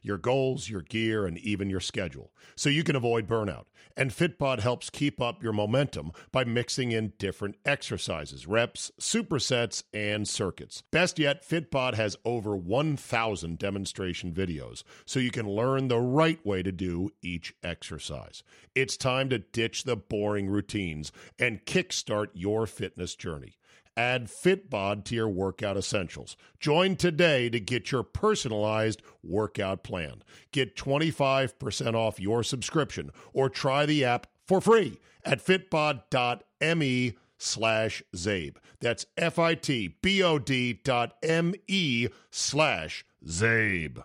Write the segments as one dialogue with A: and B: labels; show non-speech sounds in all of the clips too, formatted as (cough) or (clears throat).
A: your goals, your gear, and even your schedule, so you can avoid burnout. And Fitbod helps keep up your momentum by mixing in different exercises, reps, supersets, and circuits. Best yet, Fitbod has over 1,000 demonstration videos, so you can learn the right way to do each exercise. It's time to ditch the boring routines and kickstart your fitness journey. Add Fitbod to your workout essentials. Join today to get your personalized workout plan. Get 25% off your subscription or try the app for free at fitbod.me slash Zabe. That's F-I-T-B-O-D dot M-E slash Zabe.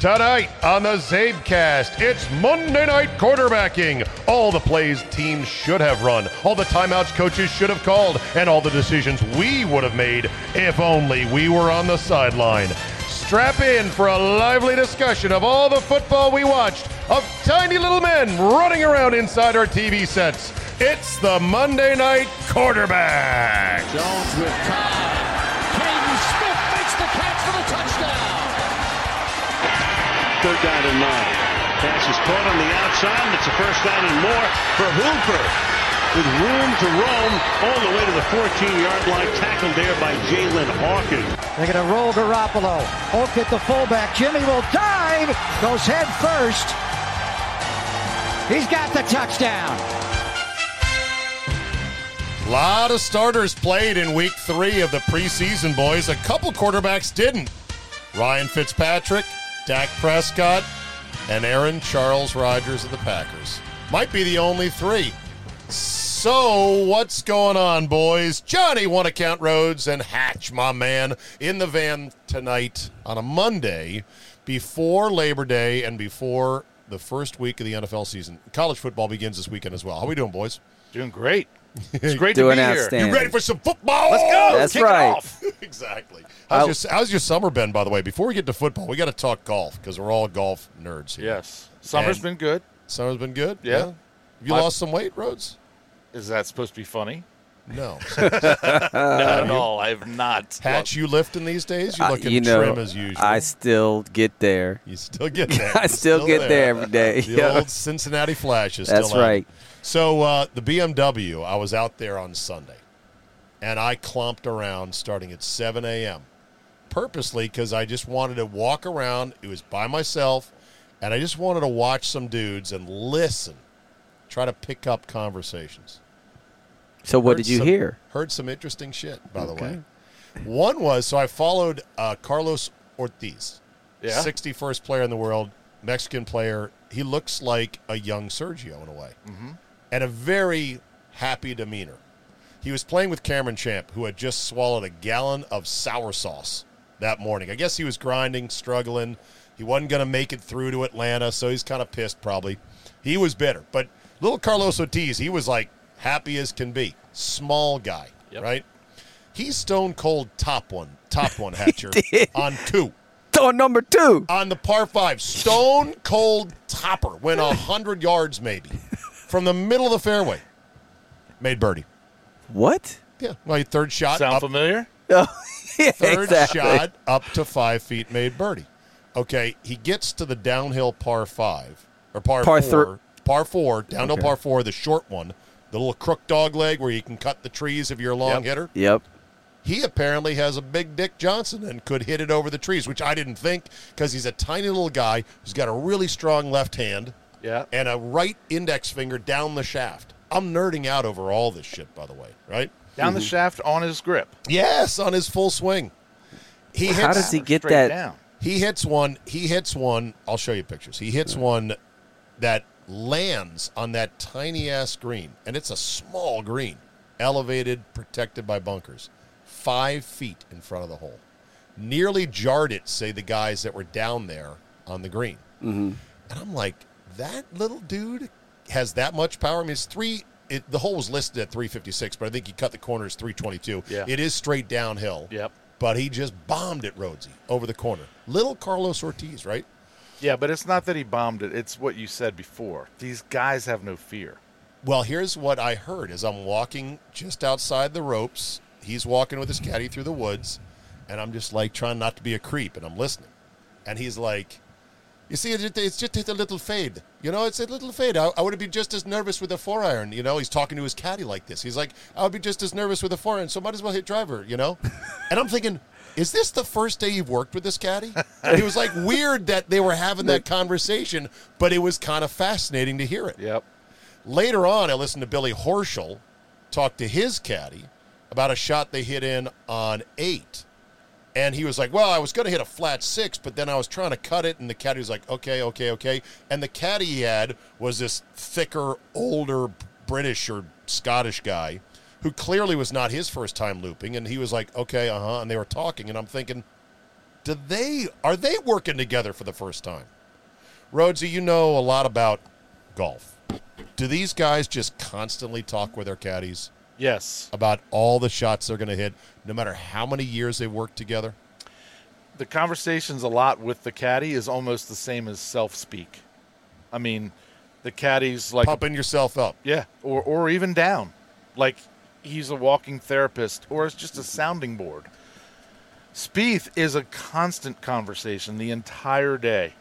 A: Tonight on the Zabecast, it's Monday Night Quarterbacking. All the plays teams should have run, all the timeouts coaches should have called, and all the decisions we would have made if only we were on the sideline. Strap in for a lively discussion of all the football we watched, of tiny little men running around inside our TV sets. It's the Monday Night Quarterback.
B: Jones with Cobb. Caden Smith makes the catch for the touchdown.
C: Third down and nine. Pass is caught on the outside, and it's a first down and more for Hooper. With room to roam all the way to the 14-yard line, tackled there by Jalen Hawkins.
D: They're going to roll Garoppolo. Oak at the fullback. Jimmy will dive. Goes head first. He's got the touchdown.
A: Lot of starters played in week three of the preseason, boys. A couple quarterbacks didn't. Ryan Fitzpatrick, Dak Prescott, and Aaron Charles Rogers of the Packers. Might be the only three. So, what's going on, boys? Johnny Wanna Count Rhodes and Hatch, my man, in the van tonight on a Monday before Labor Day and before the first week of the NFL season. College football begins this weekend as well. How we doing, boys?
E: Doing great. It's great
F: Doing
E: to be here.
F: outstanding.
A: You ready for some football? Let's
E: go.
F: That's
E: Kick it
F: right.
E: off.
A: (laughs) exactly. How's your, how's your summer been, by the way? Before we get to football, we got to talk golf because we're all golf nerds here.
E: Yes. Summer's
A: And-
E: been good.
A: Summer's been good.
E: Yeah.
A: Have you
E: I-
A: lost some weight, Rhodes?
E: Is that supposed to be funny?
F: (laughs)
A: No.
E: Not at all. I have not.
A: Patch, you lifting these days?
D: Uh,
A: You're
F: I-
A: looking
F: you know,
A: trim as usual.
F: I still get there.
A: you
F: (laughs)
A: still get there.
F: I still, get there. every day.
A: The
F: (laughs) Yeah.
D: (laughs)
A: old Cincinnati Flash is
F: That's
A: still at it.
F: right.
A: So uh, the BMW, I was out there on Sunday, and I clomped around starting at 7 a.m. purposely because I just wanted to walk around. It was by myself, and I just wanted to watch some dudes and listen, try to pick up conversations.
F: So what did
A: Heard
F: you
A: some-
F: hear?
A: Heard some interesting shit, by the way. One was so I followed uh, Carlos Ortiz,
E: Yeah.
A: 61st player in the world, Mexican player. He looks like a young Sergio in a way,
E: Mm-hmm.
A: and a very happy demeanor. He was playing with Cameron Champ, who had just swallowed a gallon of sour sauce that morning. I guess he was grinding, struggling. He wasn't going to make it through to Atlanta, so he's kind of pissed probably. He was bitter. But little Carlos Ortiz, he was like happy as can be. Small guy,
D: (laughs)
E: Yep.
A: right? He's stone cold top one, top one hatcher on two.
D: on number two.
A: on the par five. Stone cold topper went
D: (laughs)
A: hundred yards maybe from the middle of the fairway. Made birdie.
D: What? (laughs)
A: Yeah, my third shot
E: Sound
A: up
E: familiar?
D: Oh, yeah,
A: third
D: exactly.
A: shot up to five feet made birdie. Okay, he gets to the downhill par five or par,
D: Par
A: four,
D: thr-
A: par four, downhill
D: Okay.
A: par four, the short one, the little crook dog leg where you can cut the trees if you're a long hitter.
D: Yep.
A: He apparently has a big Dick Johnson and could hit it over the trees, which I didn't think because he's a tiny little guy who's got a really strong left hand
E: Yeah.
A: and a right index finger down the shaft. I'm nerding out over all this shit, by the way, right?
E: Down the shaft on his grip.
A: Yes, on his full swing. He hits,
D: How does he get
E: Straight
D: that?
E: down.
A: He hits one. He hits one. I'll show you pictures. He hits one that lands on that tiny ass green, and it's a small green, elevated, protected by bunkers, five feet in front of the hole. Nearly jarred it, say the guys that were down there on the green. And I'm like, that little dude has that much power. I mean, it's three. It, the hole was listed at 356, but I think he cut the corner as 322.
E: Yeah.
A: It is straight downhill.
E: Yep.
A: But he just bombed it, Rhodesy, over the corner. Little Carlos Ortiz, right?
E: Yeah, but it's not that he bombed it. It's what you said before. These guys have no fear.
A: Well, here's what I heard as I'm walking just outside the ropes. He's walking with his caddy through the woods, and I'm just like trying not to be a creep, and I'm listening. And he's like, You see, it- it's just hit a little fade. You know, it's a little fade. I, I would be just as nervous with a four iron. You know, he's talking to his caddy like this. He's like, I would be just as nervous with a four iron, so might as well hit driver, you know? and I'm thinking, is this the first day you've worked with this caddy? And it was like weird that they were having that conversation, but it was kind of fascinating to hear it.
E: Yep.
A: Later on, I listened to Billy Horschel talk to his caddy about a shot they hit in on eight. And he was like, Well, I was going to hit a flat six, but then I was trying to cut it. And the caddy was like, Okay, okay, okay. And the caddy he had was this thicker, older British or Scottish guy who clearly was not his first time looping. And he was like, Okay, uh huh. And they were talking. And I'm thinking, do they are they working together for the first time? Rhodesy, you know a lot about golf. Do these guys just constantly talk with their caddies
E: Yes.
A: about all the shots they're going to hit, no matter how many years they've worked together?
E: The conversations a lot with the caddy is almost the same as self speak. I mean, the caddy's like
A: Pumping yourself up.
E: Yeah, or or even down, like he's a walking therapist, or it's just a sounding board. Spieth is a constant conversation the entire day,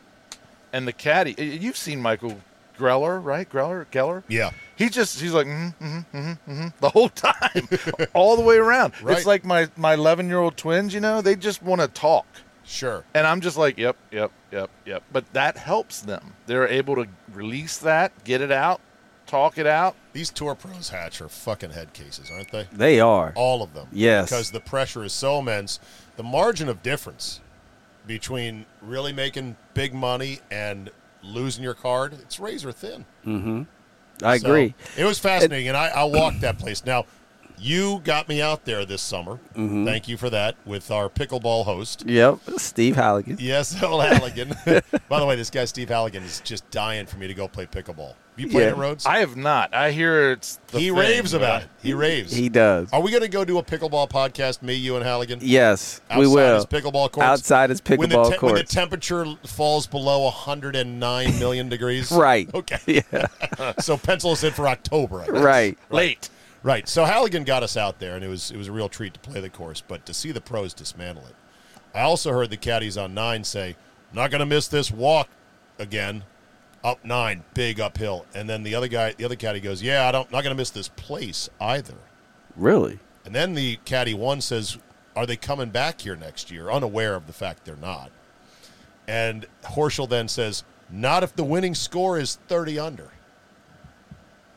E: and the caddy. y- You've seen Michael Greller, right? Greller, Geller.
A: Yeah.
E: He just he's like mm mm mm mm the whole (laughs) time, all the way around.
A: Right.
E: It's like my my eleven year old twins. You know, they just want to talk.
A: Sure.
E: And I'm just like, yep, yep, yep, yep. But that helps them. They're able to release that, get it out, talk it out,
A: These tour pros hatch are fucking head cases, aren't they?
D: They are.
A: All of them.
D: Yes.
A: Because the pressure is so immense. The margin of difference between really making big money and losing your card, it's razor thin.
D: I
A: So,
D: agree.
A: it was fascinating, and I, I walked that place. Now, you got me out there this summer.
D: Mm-hmm.
A: Thank you for that with our pickleball host.
D: Yep. Steve Halligan.
A: Yes, (laughs) old Halligan. By the way, this guy Steve Halligan is just dying for me to go play pickleball. Have you played
D: Yeah.
A: it, Rhodes?
E: I have not. I hear it's the
A: he
E: thing,
A: raves
E: but
A: about
E: I-
A: it. He raves.
D: He does.
A: Are we going to go do a pickleball podcast? Me, you, and Halligan.
D: Yes,
A: Outside
D: we will.
A: His pickleball courts.
D: Outside his
A: When the
D: pickleball
A: When the
D: courts.
A: temperature falls below 109 million (laughs) degrees.
D: (laughs) Right.
A: Okay.
D: Yeah.
A: So pencil us in for October. I guess.
D: right.
E: Late.
A: Right. So Halligan got us out there, and it was it was a real treat to play the course, but to see the pros dismantle it. I also heard the caddies on nine say, "Not going to miss this walk again." Up nine, big uphill, and then the other guy, the other caddy goes, "Yeah, I don't, not going to miss this place either."
D: Really?
A: And then the caddy one says, "Are they coming back here next year?" Unaware of the fact they're not. And Horschel then says, "Not if the winning score is thirty under."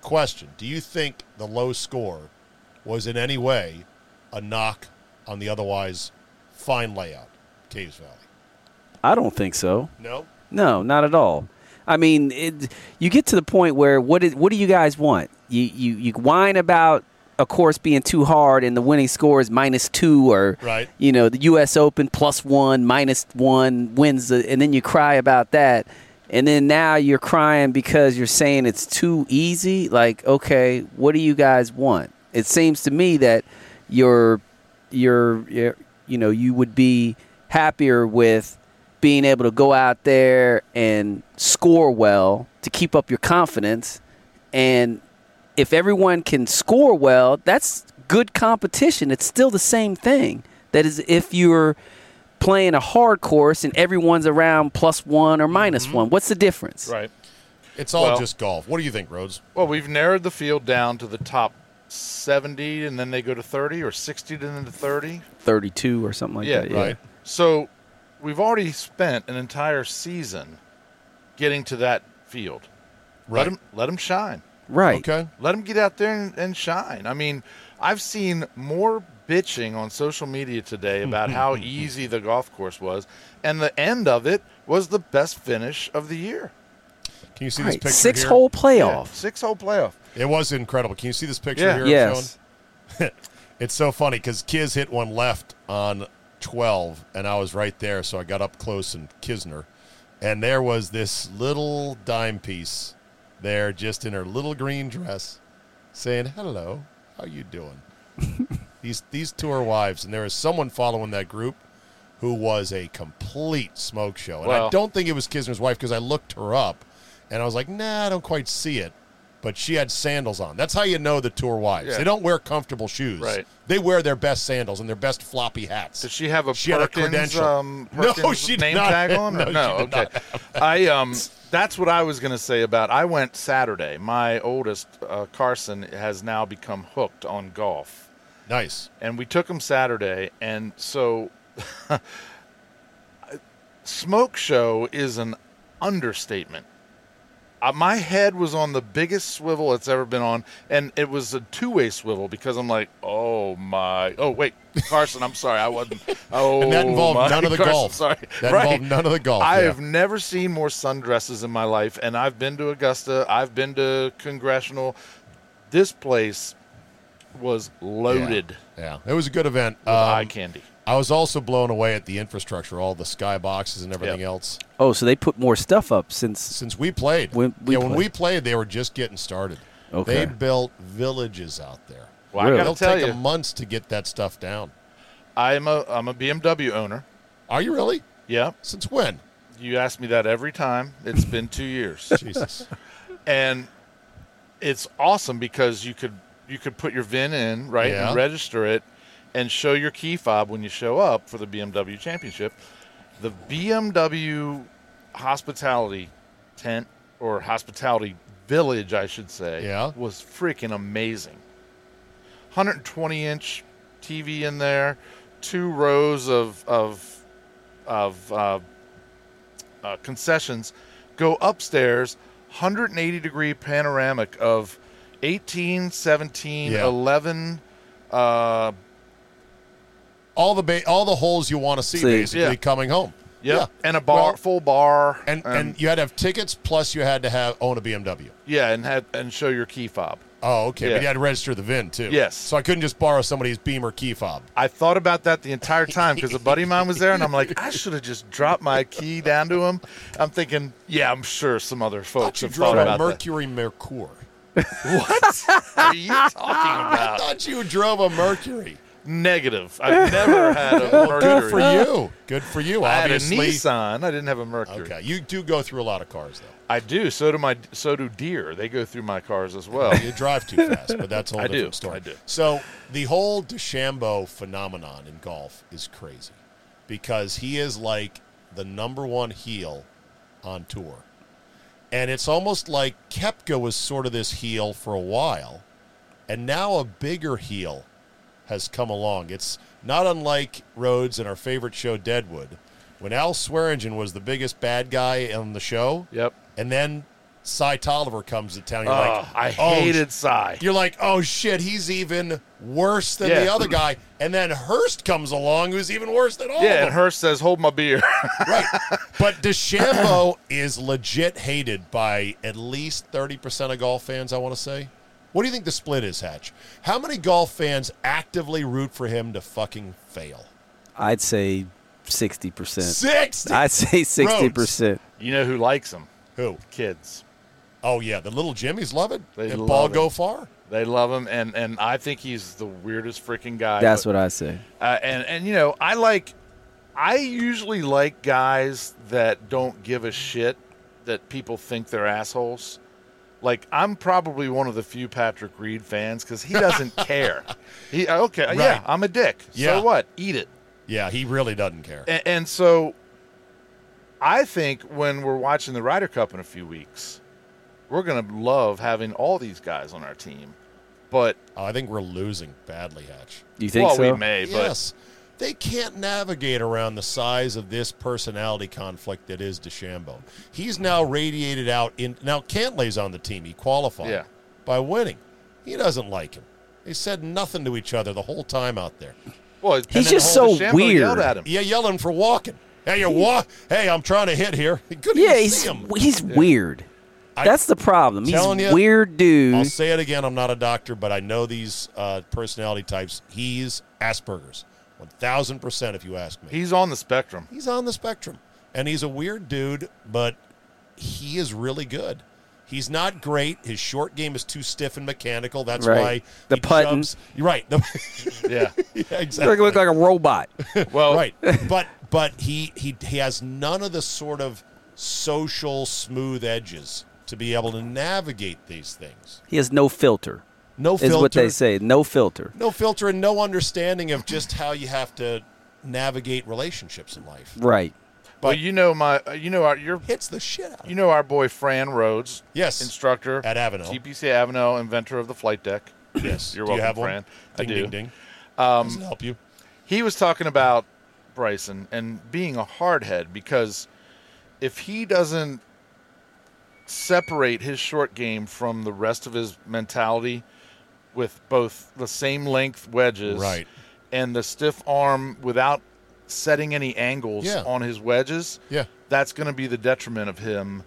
A: Question: Do you think the low score was in any way a knock on the otherwise fine layout, Caves Valley?
D: I don't think so.
A: No.
D: No, not at all. I mean, it, you get to the point where what is what do you guys want? You you you whine about a course being too hard and the winning score is minus two or
A: Right.
D: you know the U.S. Open plus one minus one wins the, and then you cry about that and then now you're crying because you're saying it's too easy. Like, okay, what do you guys want? It seems to me that your your, your you know you would be happier with being able to go out there and score well to keep up your confidence. And if everyone can score well, that's good competition. It's still the same thing. That is, if you're playing a hard course and everyone's around plus one or minus
A: Mm-hmm.
D: one, what's the difference?
E: Right.
A: It's all
E: Well-
A: just golf. What do you think, Rhodes?
E: Well, we've narrowed the field down to the top 70, and then they go to 30 or 60 to then to 30.
D: 32 or something like
E: Yeah,
D: that.
A: Right.
E: So we've already spent an entire season getting to that field. Let
A: Right.
E: them let them shine.
D: Right.
A: Okay.
E: Let them get out there and, and shine. I mean, I've seen more bitching on social media today
A: (laughs)
E: about how easy the golf course was, and the end of it was the best finish of the year.
A: Can you see this
D: Right.
A: picture
D: Six
A: here?
D: hole
E: Yeah,
D: playoff.
E: six hole playoff.
A: It was incredible. Can you see this picture
E: Yeah.
A: here? Sean?
D: Yes.
A: It's so funny because Kiz hit one left on 12, and I was right there, so I got up close and Kisner. And there was this little dime piece there, just in her little green dress, saying, Hello, how you doing? these, these two are wives, and there is someone following that group who was a complete smoke show. And I
E: Well-
A: don't think it was Kisner's wife because I looked her up, and I was like, Nah, I don't quite see it. But she had sandals on. That's how you know the tour wives.
E: Yeah.
A: They don't wear comfortable shoes.
E: Right.
A: They wear their best sandals and their best floppy hats.
E: Does she have a
A: She had a
E: Perkins,
A: credential.
E: Um,
A: No,
E: Perkins
A: she did
E: name
A: not
E: tag
A: have-
E: on?
A: (laughs) no,
E: Or-
A: she
E: no
A: did
E: okay. (laughs) I um, that's what I was gonna say about. I went Saturday. My oldest uh, Carson has now become hooked on golf,
A: nice.
E: and we took him Saturday, and so (laughs) smoke show is an understatement. Uh, my head was on the biggest swivel it's ever been on, and it was a two-way swivel because I'm like, oh my, oh wait, Carson, I'm sorry, I wasn't.
A: (laughs)
E: Oh,
A: And that involved
E: my-
A: none of the
E: Carson,
A: golf.
E: Sorry,
A: That
E: right.
A: involved none of the golf.
E: I
A: yeah.
E: have never seen more sundresses in my life, and I've been to Augusta, I've been to Congressional. This place was loaded with
A: Yeah. It was a good event.
E: eye
A: Um,
E: candy.
A: I was also blown away at the infrastructure, all the sky boxes and everything
E: Yep.
A: else.
D: Oh, so they put more stuff up since.
A: Since we played,
D: When we
A: yeah, when
D: played.
A: we played, they were just getting started.
D: Okay.
A: They built villages out there.
E: Well,
D: Really?
E: I
A: It'll
E: gotta tell
A: take 'em
E: you,
A: months to get that stuff down.
E: I'm a I'm a BMW owner.
A: Are you really?
E: Yeah,
A: Since when?
E: you ask me that every time. It's been two (laughs) years,
A: Jesus.
E: and it's awesome because you could you could put your VIN in right
A: Yeah.
E: and register it, and show your key fob when you show up for the BMW Championship. The BMW hospitality tent or hospitality village, I should say,
A: Yeah.
E: was freaking amazing. 120 inch TV in there, two rows of of of uh, uh, concessions, go upstairs, 180 degree panoramic of 18, 17,
A: Yeah.
E: 11. Uh,
A: (laughs) all the ba- all the holes you want to see,
D: See.
A: basically
E: Yeah.
A: coming home.
E: yeah, and a bar,
A: Well,
E: full bar,
A: and and you had to have tickets, plus you had to have own a BMW.
E: yeah, and had and show your key fob.
A: Oh, okay. But
E: Yeah.
A: you had to register the VIN too.
E: Yes.
A: So I couldn't just borrow somebody's Beamer key fob.
E: I thought about that the entire time because a buddy of mine was there, and I'm like, I should have just dropped my key down to him. I'm thinking, yeah, I'm sure some other folks
A: you
E: have thought
A: drove a
E: about that.
A: Mercury Mercure.
E: What
A: (laughs)
E: are you talking
A: I
E: about?
A: thought you drove a Mercury.
E: Negative. I've never
A: (laughs)
E: had a
A: Good for
E: Mercury.
A: you. Good for you.
E: I had a
A: obviously.
E: Nissan. I didn't have a Mercury.
A: Okay. You do go through a lot of cars though.
E: I do. So do my. So do deer. They go through my cars
G: (laughs)
E: as well.
A: You drive too fast, but that's a whole
E: I do.
A: different story.
E: I do.
A: So the whole DeChambeau phenomenon in golf is crazy because he is like the number one heel on tour. And it's almost like Kepka was sort of this heel for a while, and now a bigger heel has come along. It's not unlike Rhodes in our favorite show, Deadwood, when Al Swearingen was the biggest bad guy on the show.
E: Yep.
A: And then Cy Tolliver comes to town.
G: Uh,
A: You're
E: Ugh,
A: like,
E: I
A: "Oh,
E: hated Psy.
A: you're like, oh shit, he's even worse than the
E: Yeah.
A: other guy. And then Hurst comes along, who's even worse than all of
E: Yeah,
G: Oh.
A: them.
E: and Hearst says, "Hold my beer." (laughs)
A: Right. But DeChambeau (coughs) is legit hated by at least 30% of golf fans, I want to say. What do you think the split is, Hatch? How many golf fans actively root for him to fucking fail?
D: I'd say 60%.
A: Six.
D: I'd say 60%.
E: you know who likes him?
A: Who?
E: Kids.
A: Oh, yeah. The little Jimmies love it.
E: They
A: Did
E: love
A: ball
E: it.
A: go far?
E: They love him, and and I think he's the weirdest freaking guy.
D: That's
E: but-
D: what I say.
E: uh, and and you know I like I usually like guys that don't give a shit that people think they're assholes. Like I'm probably one of the few Patrick Reed fans because
G: (laughs)
E: he doesn't care. He okay,
G: Right.
E: yeah, I'm a dick.
G: Yeah.
E: So what? Eat it.
G: Yeah, he really doesn't care.
E: And, and so I think when we're watching the Ryder Cup in a few weeks, we're going to love having all these guys on our team. But,
G: Oh, I think we're losing badly, Hatch.
D: You think
E: well,
D: so?
E: we may,
A: yes. They can't navigate around the size of this personality conflict that is DeChambeau. He's now radiated out in now Cantley's on the team. He qualified
E: Yeah.
A: by winning. He doesn't like him. They said nothing to each other the whole time out there.
E: but well,
D: He's just so
E: Yelled
D: weird.
E: at him.
A: Yeah, yelling for walking. Hey, you walk. Hey, I'm trying to hit here. (laughs) You Couldn't
D: Yeah,
A: even
D: he's
A: see him.
D: he's weird. That's the problem. He's
A: Telling you,
D: weird
A: I'll
D: dude.
A: say it again. I'm not a doctor, but I know these uh, personality types. He's Asperger's, one thousand percent. If you ask me,
E: He's on
A: (laughs)
E: the spectrum.
A: he's on the spectrum, and he's a weird dude, but he is really good. He's not great. His short game is too stiff and mechanical. That's
D: Right.
A: why
D: The
A: he
D: putting.
A: jumps- You're right. The- (laughs)
E: Yeah.
A: Yeah, exactly.
D: Look, look like a robot. (laughs)
E: Well,
A: right but but he, he he has none of the sort of social smooth edges to be able to navigate these things
D: He has no filter.
A: no
D: Is
A: filter
D: what they say. No filter.
A: no filter and no understanding of just how you have to navigate relationships in life
D: Right.
E: well, you know my, uh, you know our, your,
A: hits the shit out of
E: you know our boy Fran Rhodes.
A: Yes.
E: Instructor
A: At Avenel.
E: TPC Avenel, inventor of the flight deck.
A: yes
E: You're
A: do you
E: welcome,
A: have one
E: Fran. I
A: ding
E: do.
A: ding ding um, Doesn't help you
E: he was talking about Bryson and being a hardhead because if he doesn't separate his short game from the rest of his mentality with both the same length wedges
A: Right.
E: and the stiff arm without setting any angles
A: Yeah.
E: on his wedges,
A: Yeah.
E: that's going to be the detriment of him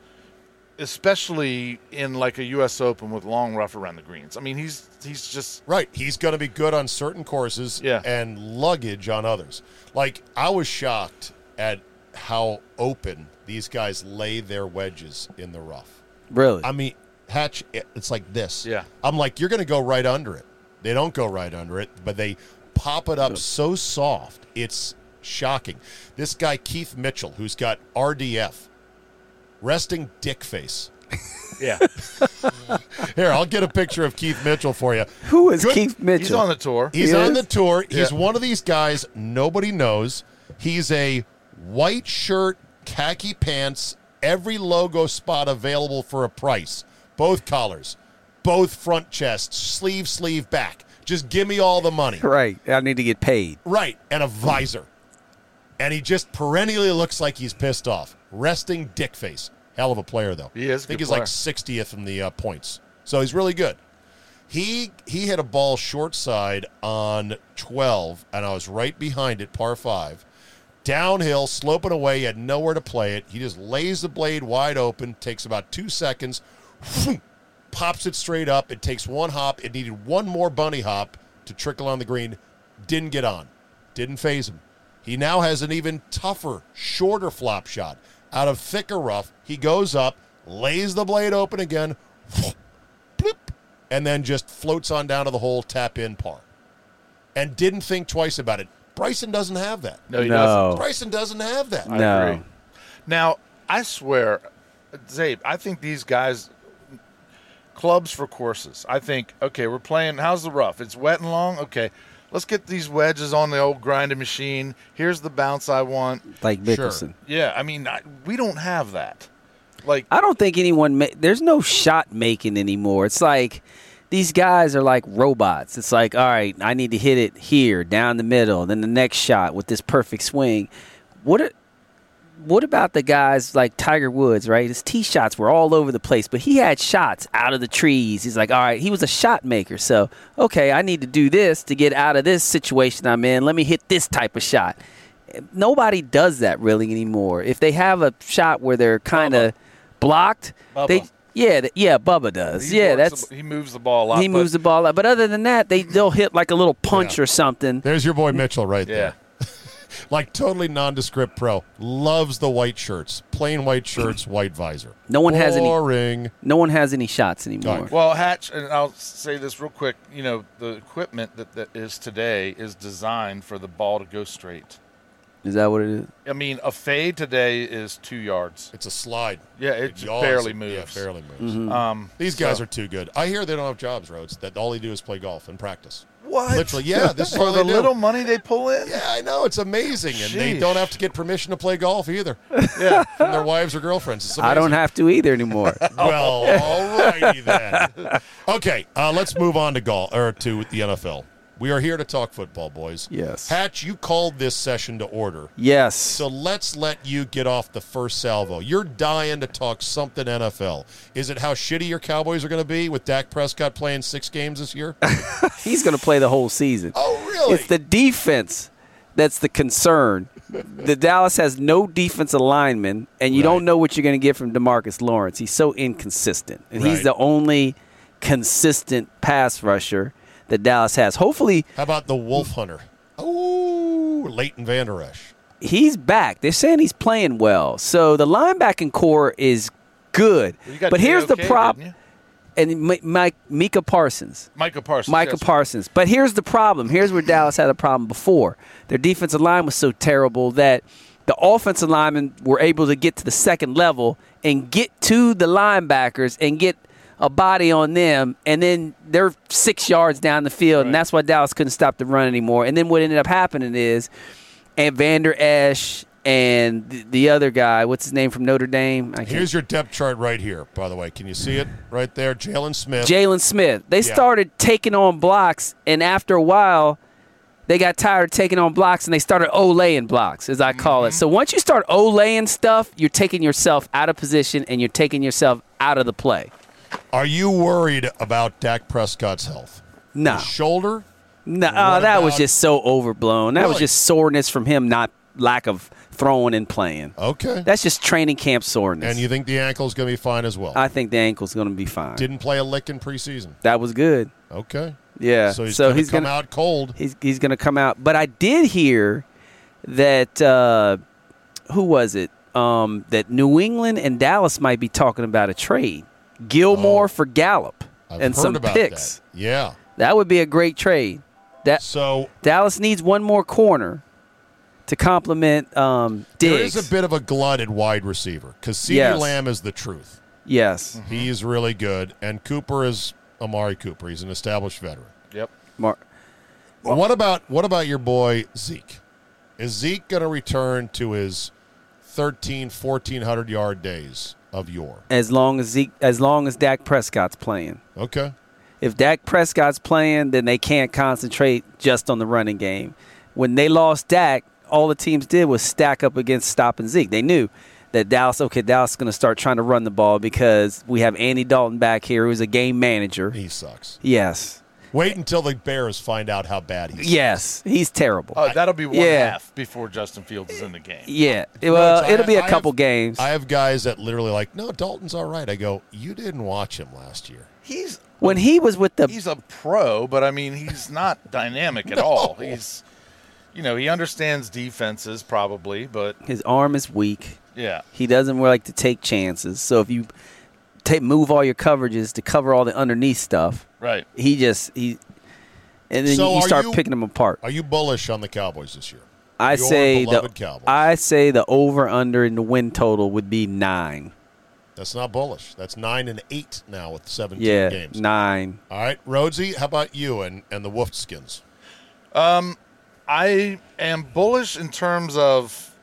E: especially in like a US Open with long rough around the greens. I mean, he's he's just
A: Right. He's going to be good on certain courses
E: Yeah.
A: and luggage on others. Like, I was shocked at how open these guys lay their wedges in the rough.
D: Really.
A: I mean, Hatch, it- it's like this.
E: Yeah.
A: I'm like, you're going to go right under it. They don't go right under it, but they pop it up so soft. It's shocking. This guy, Keith Mitchell, who's got RDF, resting dick face. (laughs)
E: yeah.
A: Here, I'll get a picture of Keith Mitchell for you.
D: Who is
A: Good-
D: Keith
E: he's
D: Mitchell?
E: on the tour.
A: He's
D: He
A: on
D: is?
A: the tour. He's
E: Yeah.
A: one of these guys nobody knows. He's a white shirt, khaki pants, every logo spot available for a price. Both collars, both front chest, sleeve, sleeve, back. Just give me all the money.
D: right. I need to get paid.
A: Right. And a visor. And he just perennially looks like he's pissed off. Resting dick face. Hell of a player, though.
E: He is a
A: I think
E: good
A: he's like
E: player.
A: 60th in the uh, points. So he's really good. He he hit a ball short side on 12, and I was right behind it, par five. Downhill, sloping away, he had nowhere to play it. He just lays the blade wide open, takes about two seconds, pops it straight up. It takes one hop. It needed one more bunny hop to trickle on the green. Didn't get on. Didn't phase him. He now has an even tougher, shorter flop shot. Out of thicker rough, he goes up, lays the blade open again, bloop, and then just floats on down to the hole, tap in par. And didn't think twice about it. Bryson doesn't have that.
E: No, he doesn't.
D: No.
A: Bryson doesn't have that.
D: no.
E: agree. Now, I swear, Zabe, I think these guys, clubs for courses. I think, okay, we're playing, how's the rough? It's wet and long? Okay, let's get these wedges on the old grinding machine. Here's the bounce I want.
D: Like Mickelson.
E: Yeah, I mean, I, we don't have that. Like,
D: I don't think anyone. Ma- there's no shot making anymore. It's like these guys are like robots. It's like, all right, I need to hit it here, down the middle, then the next shot with this perfect swing. What? A- what about the guys like Tiger Woods, right? His tee shots were all over the place, but he had shots out of the trees. He's like, all right, he was a shot maker. So, okay, I need to do this to get out of this situation I'm in. Let me hit this type of shot. Nobody does that really anymore. If they have a shot where they're kind of blocked, they
E: Bubba.
D: yeah, th- yeah, Bubba does.
E: he
D: yeah,
E: works
D: that's
E: the- he moves the ball a lot.
D: he moves the
E: but-
D: ball up. But other than that, they they'll hit like a little punch or something.
A: There's your boy Mitchell right
E: Yeah.
D: (laughs)
A: there. Like totally nondescript pro. Loves the white shirts. Plain white
D: (clears throat)
A: shirts, white visor.
D: No one has any-
A: Boring.
D: No one has any shots anymore.
E: Well, Hatch, and I'll say this real quick. You know, the equipment that, that is today is designed for the ball to go straight.
D: Is that what it is?
E: I mean, a fade today is two yards.
A: It's a slide.
E: Yeah, it just
A: yaws.
E: barely
A: Yeah,
E: moves.
A: barely moves.
D: Mm-hmm.
E: Um,
A: These guys
E: so-
A: are too good. I hear they don't have jobs, Rhodes. That all they do is play golf and practice.
E: what?
A: Literally, yeah. This is all
E: for the
A: they do.
E: little money they pull in.
A: Yeah, I know. It's amazing, and they
E: Sheesh.
A: don't have to get permission to play golf either
E: Yeah.
A: from their wives or girlfriends. It's
D: I don't
A: amazing.
D: have to either
E: (laughs)
D: anymore.
A: Well,
D: (laughs)
A: all righty then. Okay, uh, let's move on to golf or to the NFL. We are here to talk football, boys.
D: Yes.
A: Hatch, you called this session to order.
D: yes.
A: So let's let you get off the first salvo. You're dying to talk something NFL. Is it how shitty your Cowboys are going to be with Dak Prescott playing six games this
D: (laughs)
A: year?
D: He's going to play the whole season.
A: oh, really?
D: It's the defense that's the concern. the Dallas has no defensive lineman, and you
A: Right.
D: don't know what you're going to get from Demarcus Lawrence. He's so inconsistent, and
A: Right.
D: he's the only consistent pass rusher that Dallas has. Hopefully,
A: how about the Wolf Hunter? Oh, Leighton Vander Esch.
D: he's back. They're saying he's playing well. So the linebacking core is good.
E: You got
D: But here's the
E: JOK,
D: prop,
E: didn't you?
D: and Mi- Mike Mika Parsons.
E: Micah Parsons.
D: Micah
E: yes.
D: Parsons. But here's the problem. Here's where Dallas had a problem before. Their defensive line was so terrible that the offensive linemen were able to get to the second level and get to the linebackers and get a body on them, and then they're six yards down the field, and that's why Dallas couldn't stop the run anymore. And then what ended up happening is, and Vander Esch and the, the other guy, what's his name from Notre Dame? I can't-
A: Here's your depth chart right here, by the way. Can you see it right there? Jalen Smith.
D: Jalen Smith. They
A: Yeah.
D: started taking on blocks, and after a while, they got tired of taking on blocks, and they started olaying blocks, as I call
A: Mm-hmm.
D: it. So once you start olaying stuff, you're taking yourself out of position, and you're taking yourself out of the play.
A: Are you worried about Dak Prescott's health?
D: No,
A: His shoulder?
D: no,
A: What
D: oh, that was
A: about-
D: just so overblown. That was
A: Really?
D: just soreness from him, not lack of throwing and playing.
A: Okay.
D: That's just training camp soreness.
A: Oh. and you think the ankle's going to be fine as well?
D: I think the ankle's going to be fine.
A: Didn't play a lick in preseason.
D: that was good.
A: Okay.
D: Yeah.
A: So he's going to come out cold.
D: He's he's going to come out. But I did hear that uh, who was it? Um, that New England and Dallas might be talking about a trade. Gilmore for Gallup
A: Oh, I've
D: and
A: heard
D: some
A: about
D: picks.
A: That. Yeah.
D: That. would be a great trade. That
A: So
D: Dallas needs one more corner to complement um,
A: there
D: Diggs.
A: is a bit of a glut at wide receiver because CeeDee
D: Yes.
A: Lamb is the truth.
D: yes,
A: He is really good, and Cooper is Amari Cooper. He's an established veteran.
E: Yep.
D: Mar-
A: what about what about your boy Zeke? Is Zeke going to return to his 13, 1400 yard days of yore?
D: as long as Zeke, as long as Dak Prescott's playing.
A: Okay.
D: If Dak Prescott's playing, then they can't concentrate just on the running game. When they lost Dak, all the teams did was stack up against stopping Zeke. They knew that Dallas, okay, Dallas is going to start trying to run the ball because we have Andy Dalton back here, who's a game manager.
A: He sucks.
D: Yes.
A: Wait until the Bears find out how bad he is.
D: Yes. He's terrible.
E: Oh, that'll be one
D: Yeah.
E: half before Justin Fields is in the game.
D: yeah. Well,
A: I-
D: it'll be
A: I
D: a
A: have-
D: couple games.
A: I have guys that literally like, no, Dalton's all right. I go, you didn't watch him last year.
E: He's
D: when he was with the
E: he's a pro, but I mean, he's not
A: (laughs)
E: dynamic at all. He's, you know, he understands defenses probably, but
D: his arm is weak.
E: yeah,
D: He doesn't really like to take chances. So if you take move all your coverages to cover all the underneath stuff,
E: right.
D: he just he and then
A: So
D: you, you
A: are
D: start
A: you-
D: picking them apart
A: Are you bullish on the Cowboys this year?
D: i
A: your
D: say the
A: beloved Cowboys?
D: i say the over under in the win total would be nine
A: That's not bullish. That's nine and eight now with seventeen
D: yeah
A: games.
D: nine
A: All right, Rhodesy, how about you and and the Wolfskins? (laughs)
E: I am bullish in terms of,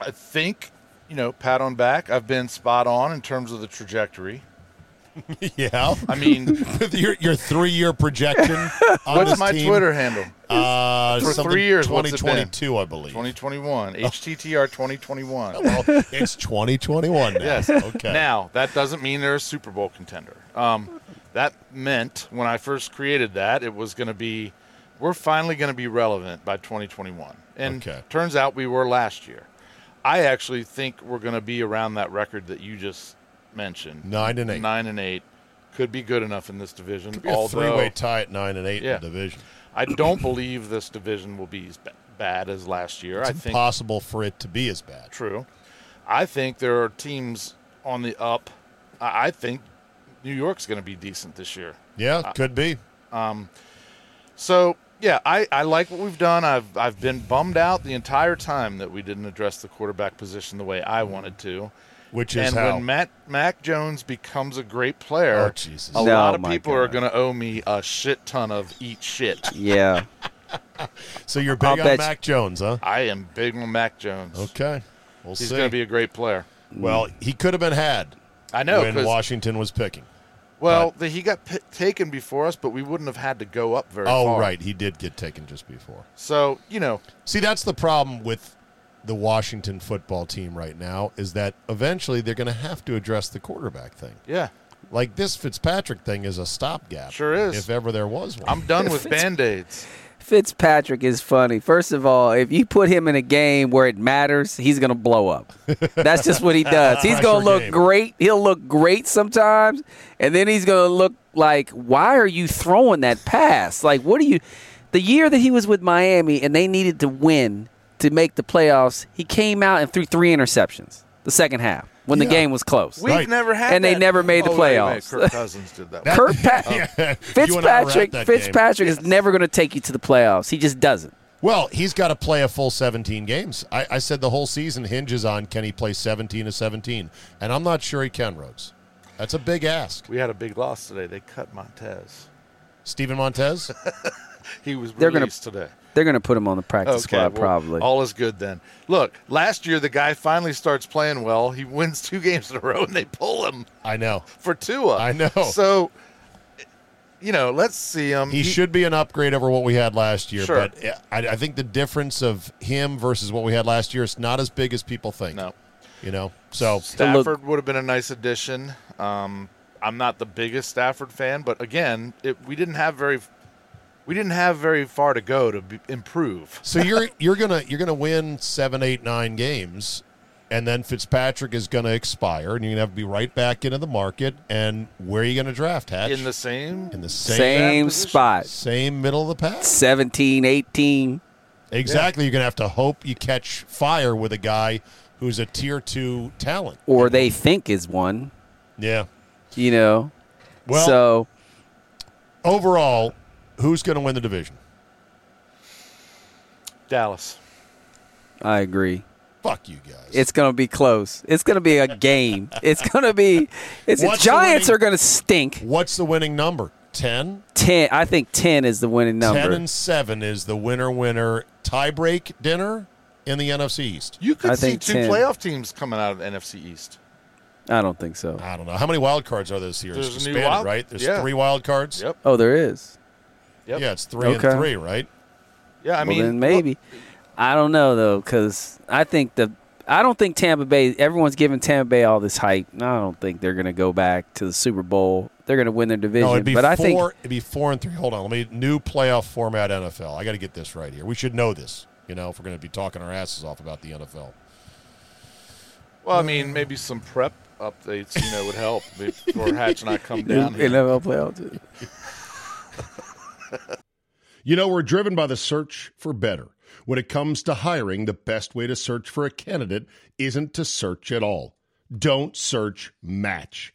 E: I think, you know, pat on back. I've been spot on in terms of the trajectory.
A: yeah, (laughs)
E: I mean,
A: your your three year
E: (laughs)
A: projection. on
E: what's
A: this
E: my
A: team,
E: Twitter handle?
A: Uh,
E: For
A: something
E: three years,
A: twenty
E: what's it been?
A: twenty two, I believe.
E: 2021 HTTR 2021.
A: well, it's twenty twenty one now.
E: Yes.
A: Okay.
E: Now that doesn't mean they're a Super Bowl contender. Um, that meant when I first created that it was going to be, we're finally going to be relevant by 2021, and
A: Okay.
E: turns out we were last year. I actually think we're going to be around that record that you just mentioned.
A: Nine and eight.
E: Nine and eight could be good enough in this division.
A: three way
E: Although
A: tie at nine and eight
E: Yeah.
A: in the division.
E: I don't believe this division will be as ba- bad as last year. I
A: It's
E: think
A: impossible for it to be as bad.
E: True. I think there are teams on the up. I I think Uh, New York's going to be decent this year.
A: Yeah, could be.
E: So yeah, I, I like what we've done. I've I've been bummed out the entire time that we didn't address the quarterback position the way I wanted to.
A: Which is
E: And
A: how.
E: when Matt Mac Jones becomes a great player,
A: Oh, Jesus.
E: a
D: No,
E: lot of
D: my
E: people are
D: God.
E: going to owe me a shit ton of eat shit.
D: Yeah.
A: so you're
D: I'll
A: big on
D: bet-
A: Mac Jones, huh?
E: I am big on Mac Jones.
A: Okay. We'll
E: He's
A: see.
E: going to be a great player.
A: well, he could have been had
E: I know.
A: when
E: 'cause-
A: Washington was picking.
E: well, the, he got p- taken before us, but we wouldn't have had to go up very
A: Oh,
E: far.
A: right. He did get taken just before.
E: So, you know,
A: See, that's the problem with the Washington football team right now is that eventually they're going to have to address the quarterback thing.
E: yeah.
A: Like this Fitzpatrick thing is a stopgap.
E: Sure is.
A: If ever there was one.
E: I'm done (laughs) with band aids.
D: Fitzpatrick is funny. First of all, if you put him in a game where it matters, he's gonna blow up. That's
A: (laughs)
D: just what he does. He's gonna
A: Pressure
D: look
A: game.
D: great. He'll look great sometimes, and then he's gonna look like, why are you throwing that pass? Like, what are you? The year that he was with Miami and they needed to win to make the playoffs, he came out and threw three interceptions the second half when
A: Yeah.
D: the game was close. (laughs)
E: We've
A: Right.
E: never had
D: And they
E: that.
D: never made the
E: Oh, wait a minute,
D: playoffs.
E: Kirk Cousins
A: (laughs)
E: did that.
D: Kirk Pa-
A: (laughs) You and I were at
D: Fitzpatrick,
A: that game.
D: Fitzpatrick is never going to take you to the playoffs. He just doesn't.
A: Well, he's got to play a full 17 games. I, I said the whole season hinges on can he play 17 of 17, and I'm not sure he can, Rhodes. That's a big ask.
E: we had a big loss today. They cut Montez.
A: Stephen Montez?
E: He was
D: They're gonna-
E: released today.
D: They're going to put him on the practice squad
E: well,
D: probably.
E: All is good then. Look, last year the guy finally starts playing well. He wins two (laughs) games in a row and they pull him
A: I know.
E: for Tua.
A: I know.
E: So, you know, let's see him.
A: He should be an upgrade over what we had last year,
E: Sure.
A: but uh, I, I think the difference of him versus what we had last year is not as big as people think.
E: No.
A: You know? So,
D: look-
E: Stafford would have been a nice addition. Um, I'm not the biggest Stafford fan, but again, it, we didn't have very, we didn't have very far to go to be, improve.
A: so you're you're gonna you're gonna win seven, eight, nine games, and then Fitzpatrick is gonna expire, and you're gonna have to be right back into the market. And where are you gonna draft Hatch?
E: In the same,
A: in the same
D: Same
E: position.
D: spot.
A: same middle of the pack.
D: 17, 18.
A: Exactly. You're gonna have to hope you catch fire with a guy who's a tier two talent.
D: Or they think is one,
A: Yeah.
D: you know.
A: Well,
D: so
A: overall, who's gonna win the division?
E: Dallas.
D: I agree.
A: Fuck you guys.
D: It's going to be close. It's going to be a
A: (laughs)
D: game. It's going to be it's
A: What's the
D: Giants
A: winning-
D: are going to stink.
A: What's the winning number? 10?
D: 10 I think 10 is the winning
A: 10
D: number.
A: and 7 is the winner winner tiebreak dinner in the NFC East.
E: You could
D: I
E: see
D: think
E: two
D: 10.
E: playoff teams coming out of the NFC East.
D: I don't think so.
A: I don't know. How many wild cards are there this year?
E: There's
A: it's
E: a new
A: expanded,
E: wild-
A: right? There's
E: yeah.
A: three wild cards?
E: Yep.
D: Oh, there is.
E: Yep.
A: Yeah, it's 3
D: Okay.
A: and 3, right?
E: Yeah, I
D: well,
E: mean,
D: then maybe. I don't know though, because I think the I don't think Tampa Bay. Everyone's giving Tampa Bay all this hype. and I don't think they're going to go back to the Super Bowl. They're going to win their division.
A: No, it'd be
D: but
A: four.
D: I think
A: it'd be four and three. Hold on, let me new playoff format NFL. I got to get this right here. We should know this. You know, if we're going to be talking our asses off about the NFL.
E: Well, I mean, maybe some prep updates, you know, would help
D: (laughs)
E: before Hatch and I come down. here.
D: NFL playoffs.
G: You know, we're driven by the search for better. When it comes to hiring, the best way to search for a candidate isn't to search at all. Don't search match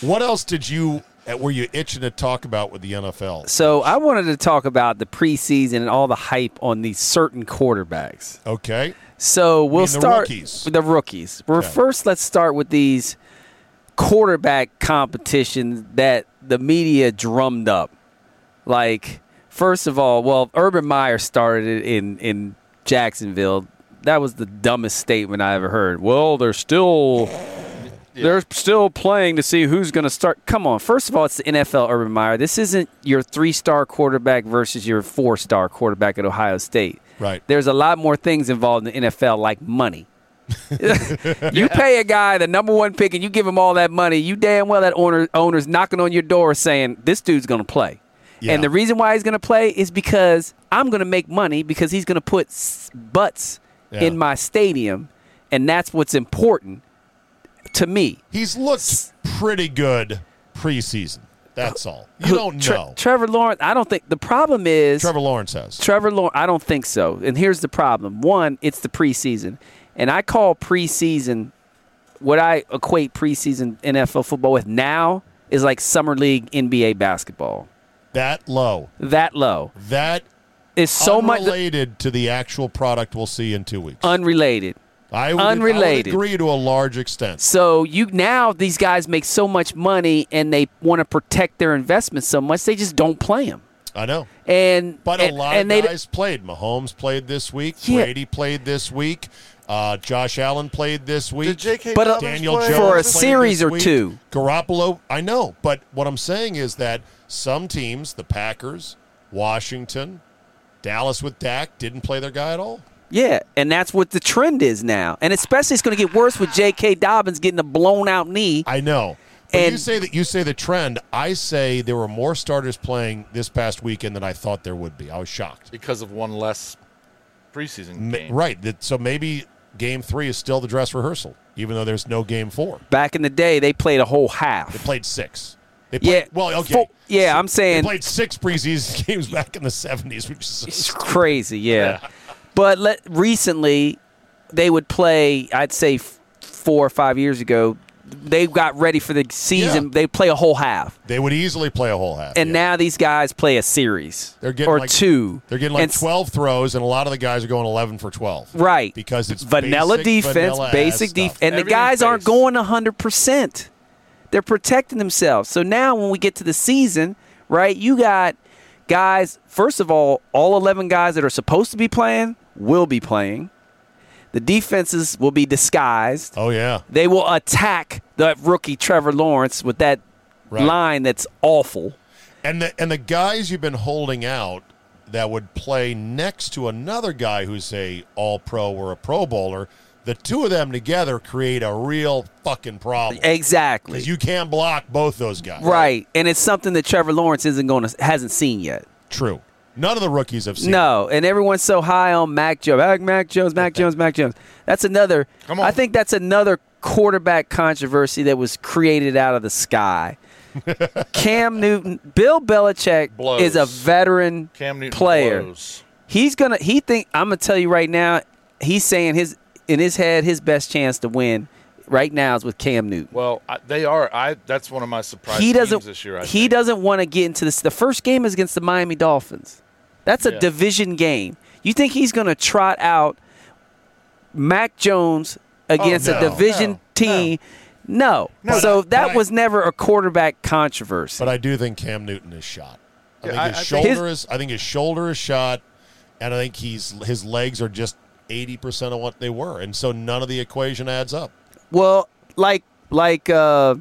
A: What else did you uh, were you itching to talk about with the NFL?
D: So I wanted to talk about the preseason and all the hype on these certain quarterbacks.
A: Okay.
D: So we'll
A: mean the
D: start
A: rookies?
D: with the rookies. Well, First, let's start with these quarterback competitions that the media drummed up. Like, first of all, well, Urban Meyer started it in in Jacksonville. That was the dumbest statement I ever heard. Well, they're still they're still playing to see who's going to start. Come on. First of all, it's the NFL Urban Meyer. This isn't your three-star quarterback versus your four-star quarterback at Ohio State.
A: Right.
D: There's a lot more things involved in the NFL like money. you pay a guy the number one pick and you give him all that money, you damn well that owner owner's knocking on your door saying, This dude's gonna play.
A: Yeah.
D: And the reason why he's gonna play is because I'm gonna make money because he's gonna put s- butts
A: Yeah.
D: in my stadium, and that's what's important to me.
A: He's looked pretty good preseason. That's all. You
D: Who-
A: don't
D: Tre-
A: know.
D: Trevor Lawrence, I don't think the problem is
A: Trevor Lawrence has.
D: Trevor Lawrence, I don't think so. And here's the problem: one, it's the preseason, and I call preseason what I equate preseason NFL football with now is like summer league NBA basketball.
A: That low.
D: That low
A: That
D: is so much
A: unrelated to the actual product we'll see in two weeks.
D: unrelated.
A: I would, I would
D: unrelated.
A: agree to a large extent.
D: So you now these guys make so much money and they want to protect their investment so much they just don't play them.
A: I know.
D: And
A: But
D: and,
A: a lot
D: and
A: of
D: they,
A: guys played. Mahomes played this week.
D: Yeah.
A: Brady played this week. Uh, Josh Allen played this week.
E: Did J.K.
D: But, uh,
E: Dobbins
A: Daniel
E: play?
A: Jones
D: For a
A: played
D: series
A: this
D: or
A: week.
D: two.
A: Garoppolo, I know, but what I'm saying is that some teams, the Packers, Washington, Dallas with Dak, didn't play their guy at all.
D: Yeah, and that's what the trend is now. And especially it's going to get worse with J.K. Dobbins getting a blown out knee.
A: I know. But you
D: And-
A: say that you say the trend. I say there were more starters playing this past weekend than I thought there would be. I was shocked.
E: because of one less preseason
A: Ma-
E: game.
A: Right. that- So maybe game three is still the dress rehearsal, even though there's no game four.
D: Back in the day, they played a whole half.
A: They played six. They played,
D: yeah,
A: Well, okay.
D: four- yeah, I'm
A: They
D: saying
A: played six preseason (laughs) games back in the 70s, which
D: it's
A: is
D: crazy. Yeah, but let, recently they would play. I'd say f- four or five years ago, they got ready for the season.
A: Yeah.
D: They play a whole half,
A: They would easily play a whole half.
D: and
A: yeah.
D: now these guys play a series
A: they're getting
D: or
A: like,
D: two.
A: They're getting like
D: And s-
A: twelve throws, and a lot of the guys are going eleven for twelve.
D: Right.
A: Because it's
D: vanilla
A: basic,
D: defense,
A: vanilla-ass
D: basic
A: stuff.
D: defense, and the
E: Everything's
D: guys aren't
E: base.
D: going 100%. They're protecting themselves. So now when we get to the season, right, you got guys, first of all, all 11 guys that are supposed to be playing will be playing. The defenses will be disguised.
A: Oh yeah.
D: They will attack the rookie Trevor Lawrence with that
A: Right.
D: line that's awful.
A: And the and the guys you've been holding out that would play next to another guy who's a all pro or a pro bowler, the two of them together create a real fucking problem.
D: Exactly.
A: Because you can't block both those guys.
D: right. And it's something that Trevor Lawrence isn't going to hasn't seen yet.
A: True. None of the rookies have seen
D: No, and everyone's so high on Mac Jones. Mac, Mac Jones, Mac Jones, Mac Jones. That's another.
E: Come on.
D: I think that's another quarterback controversy that was created out of the
E: (laughs)
D: sky. Cam Newton, Bill Belichick
E: Blows.
D: is a veteran
E: Cam Newton
D: player.
E: blows.
D: He's gonna. He think I'm gonna tell you right now. He's saying his in his head his best chance to win right now is with Cam Newton
E: Well, I, they are. I that's one of my surprise
D: he doesn't
E: teams this year. I
D: he
E: think.
D: doesn't want to get into this. The first game is against the Miami Dolphins. That's a
E: Yeah.
D: division game. You think he's going to trot out Mac Jones against
A: no,
D: a division
E: Oh, no,
D: team? No.
E: No,
D: so
E: but
D: that
E: I-
D: was never a quarterback controversy.
A: But I do think Cam Newton is shot. I
E: Yeah,
A: think
E: I-
A: his
E: I think-
A: shoulder is. I think his shoulder is shot, and I think he's his legs are just eighty percent of what they were, and so none of the equation adds up.
D: well, like like uh,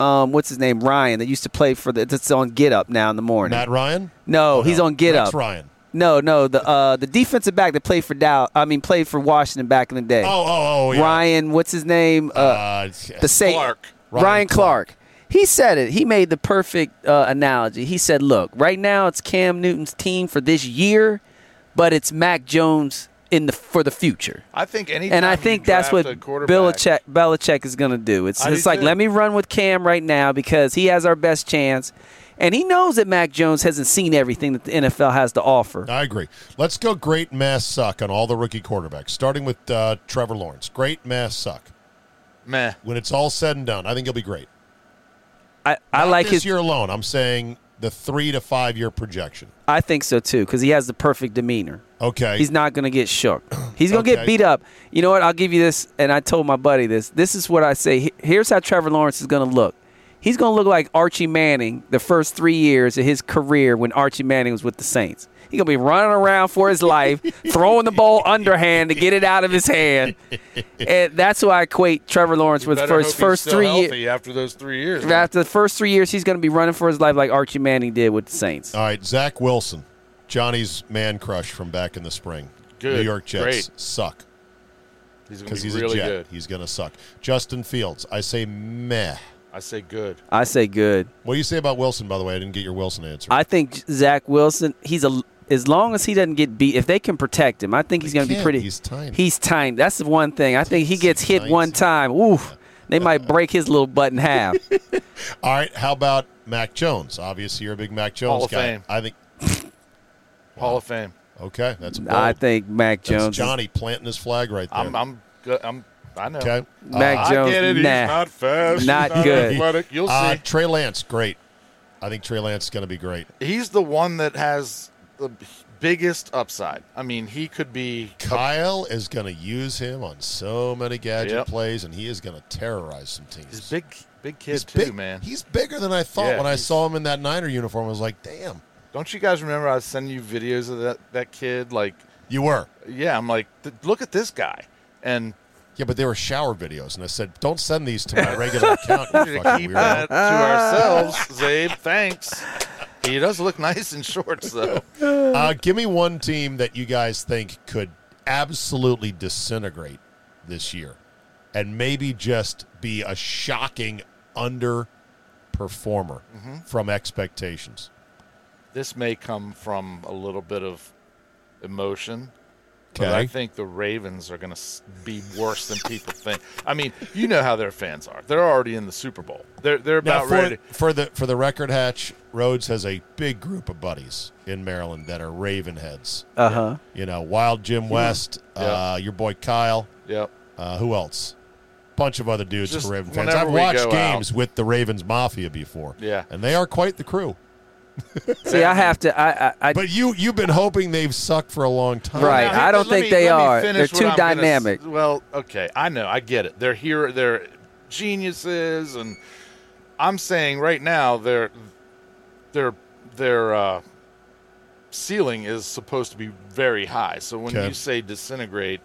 D: um, what's his name, Ryan, that used to play for the that's on Get Up now in the morning.
A: Matt Ryan?
D: no, he's on Get
A: Rex
D: Up.
A: Ryan.
D: No, no, the uh, the defensive back that played for Dow, I mean played for Washington back in the day.
A: Oh, oh, oh, yeah.
D: Ryan, what's his name? Uh,
A: Uh,
D: the Saint
E: Clark.
D: Ryan,
A: Ryan
D: Clark. He said it. He made the perfect uh, analogy. He said, "Look, right now it's Cam Newton's team for this year, but it's Mac Jones in the for the future."
E: I think any.
D: And I think that's what Belichick, Belichick is going to do. It's,
E: I do
D: it's like,
E: too.
D: let me run with Cam right now because he has our best chance. And he knows that Mac Jones hasn't seen everything that the NFL has to offer.
A: I agree. Let's go great mass suck on all the rookie quarterbacks, starting with uh, Trevor Lawrence. Great mass suck.
E: Meh.
A: When it's all said and done, I think he'll be great.
D: I, I
A: Not
D: like
A: this
D: his.
A: year alone. I'm saying the three to five year projection.
D: I think so too because he has the perfect demeanor.
A: Okay.
D: He's not going to get shook. He's going to
A: Okay.
D: get beat up. You know what? I'll give you this. And I told my buddy this. This is what I say. He- Here's how Trevor Lawrence is going to look. He's going to look like Archie Manning the first three years of his career when Archie Manning was with the Saints. He's going to be running around for his life,
E: (laughs)
D: throwing the ball underhand to get it out of his hand. And that's why I equate Trevor Lawrence with
E: Better
D: for his
E: hope he's
D: first
E: still
D: three
E: healthy
D: years.
E: After those three years,
D: After the first three years, he's going to be running for his life like Archie Manning did with the Saints.
E: Uh,
A: all right. Zach Wilson, Johnny's man crush from back in the spring.
E: Good.
A: New York Jets
E: Great.
A: suck
E: he's going
A: because
E: to be
A: he's
E: really
A: a Jet.
E: good.
A: He's going to suck. Justin Fields, I say meh.
E: I say good.
D: I say good.
A: What do you say about Wilson, by the way? I didn't get your Wilson answer.
D: I think Zach Wilson. He's a as long as he doesn't get beat. If they can protect him, I think he's going to be
A: can't.
D: pretty.
A: He's tiny.
D: He's tiny. That's the one thing. I think he gets hit
A: tiny.
D: one time. Ooh, they might break his little butt in
E: (laughs)
D: half.
A: All right, how about Mac Jones? Obviously, you're a big Mac Jones
E: Hall of
A: guy.
E: Fame.
A: I think.
E: Hall of Fame.
A: Okay, that's bold.
D: I think Mac
A: that's
D: Jones. is-
A: Johnny planting his flag right there.
E: I'm. I'm. Good. I'm. I know.
A: okay,
D: Mac
E: I
D: Jones.
E: get it. He's
D: Nah.
E: not fast.
D: Not
E: he's
D: good.
E: Athletic. You'll
A: Uh,
E: see.
A: Trey Lance, great. I think Trey Lance is going to be great.
E: He's the one that has the biggest upside. I mean, he could be.
A: Kyle is going to use him on so many gadget
E: Yep.
A: plays, and he is going to terrorize some teams.
E: He's a big, big kid
A: He's
E: too,
A: big-
E: man.
A: He's bigger than I thought
E: Yeah,
A: when I
E: he's-
A: saw him in that Niner uniform. I was like, damn,
E: Don't you guys remember I was sending you videos of that that kid? Like,
A: you were.
E: yeah, I'm like, "Th- look at this guy, and
A: Yeah, but they were shower videos, and I said, don't send these to
E: (laughs)
A: my regular account.
E: to
A: You fucking
E: keep
A: weirdo.
E: that
A: (laughs)
E: to ourselves, Zabe. Thanks. He does look nice in shorts, though.
A: Uh, give me one team that you guys think could absolutely disintegrate this year and maybe just be a shocking underperformer
E: Mm-hmm.
A: from expectations.
E: This may come from a little bit of emotion. But I
A: Okay.
E: think the Ravens are going to be worse than people think. I mean, you know how their fans are. They're already in the Super Bowl. They're they're
A: Now,
E: about
A: for,
E: ready.
A: for the for the record hatch, Rhodes has a big group of buddies in Maryland that are Raven heads.
D: Uh huh.
A: You know, Wild Jim West,
E: Yeah.
A: uh, your boy Kyle,
E: Yep.
A: uh, who else? Bunch of other dudes
E: Just
A: who are Raven fans.
E: whenever
A: I've
E: we
A: watched
E: go
A: games with the Ravens Mafia before.
E: Yeah.
A: And they are quite the crew.
D: See, I have to. I. I, I
A: But you you've been hoping they've sucked for a long time.
D: Right.
E: Now,
D: I don't
E: let
D: think
E: me-
D: they
E: let me
D: are.
E: finish
D: They're
E: what
D: too
E: I'm gonna s-
D: dynamic.
E: well, okay, I know, I get it. They're here, they're geniuses, and I'm saying right now their their their uh, ceiling is supposed to be very high. So when
A: Okay.
E: you say disintegrate,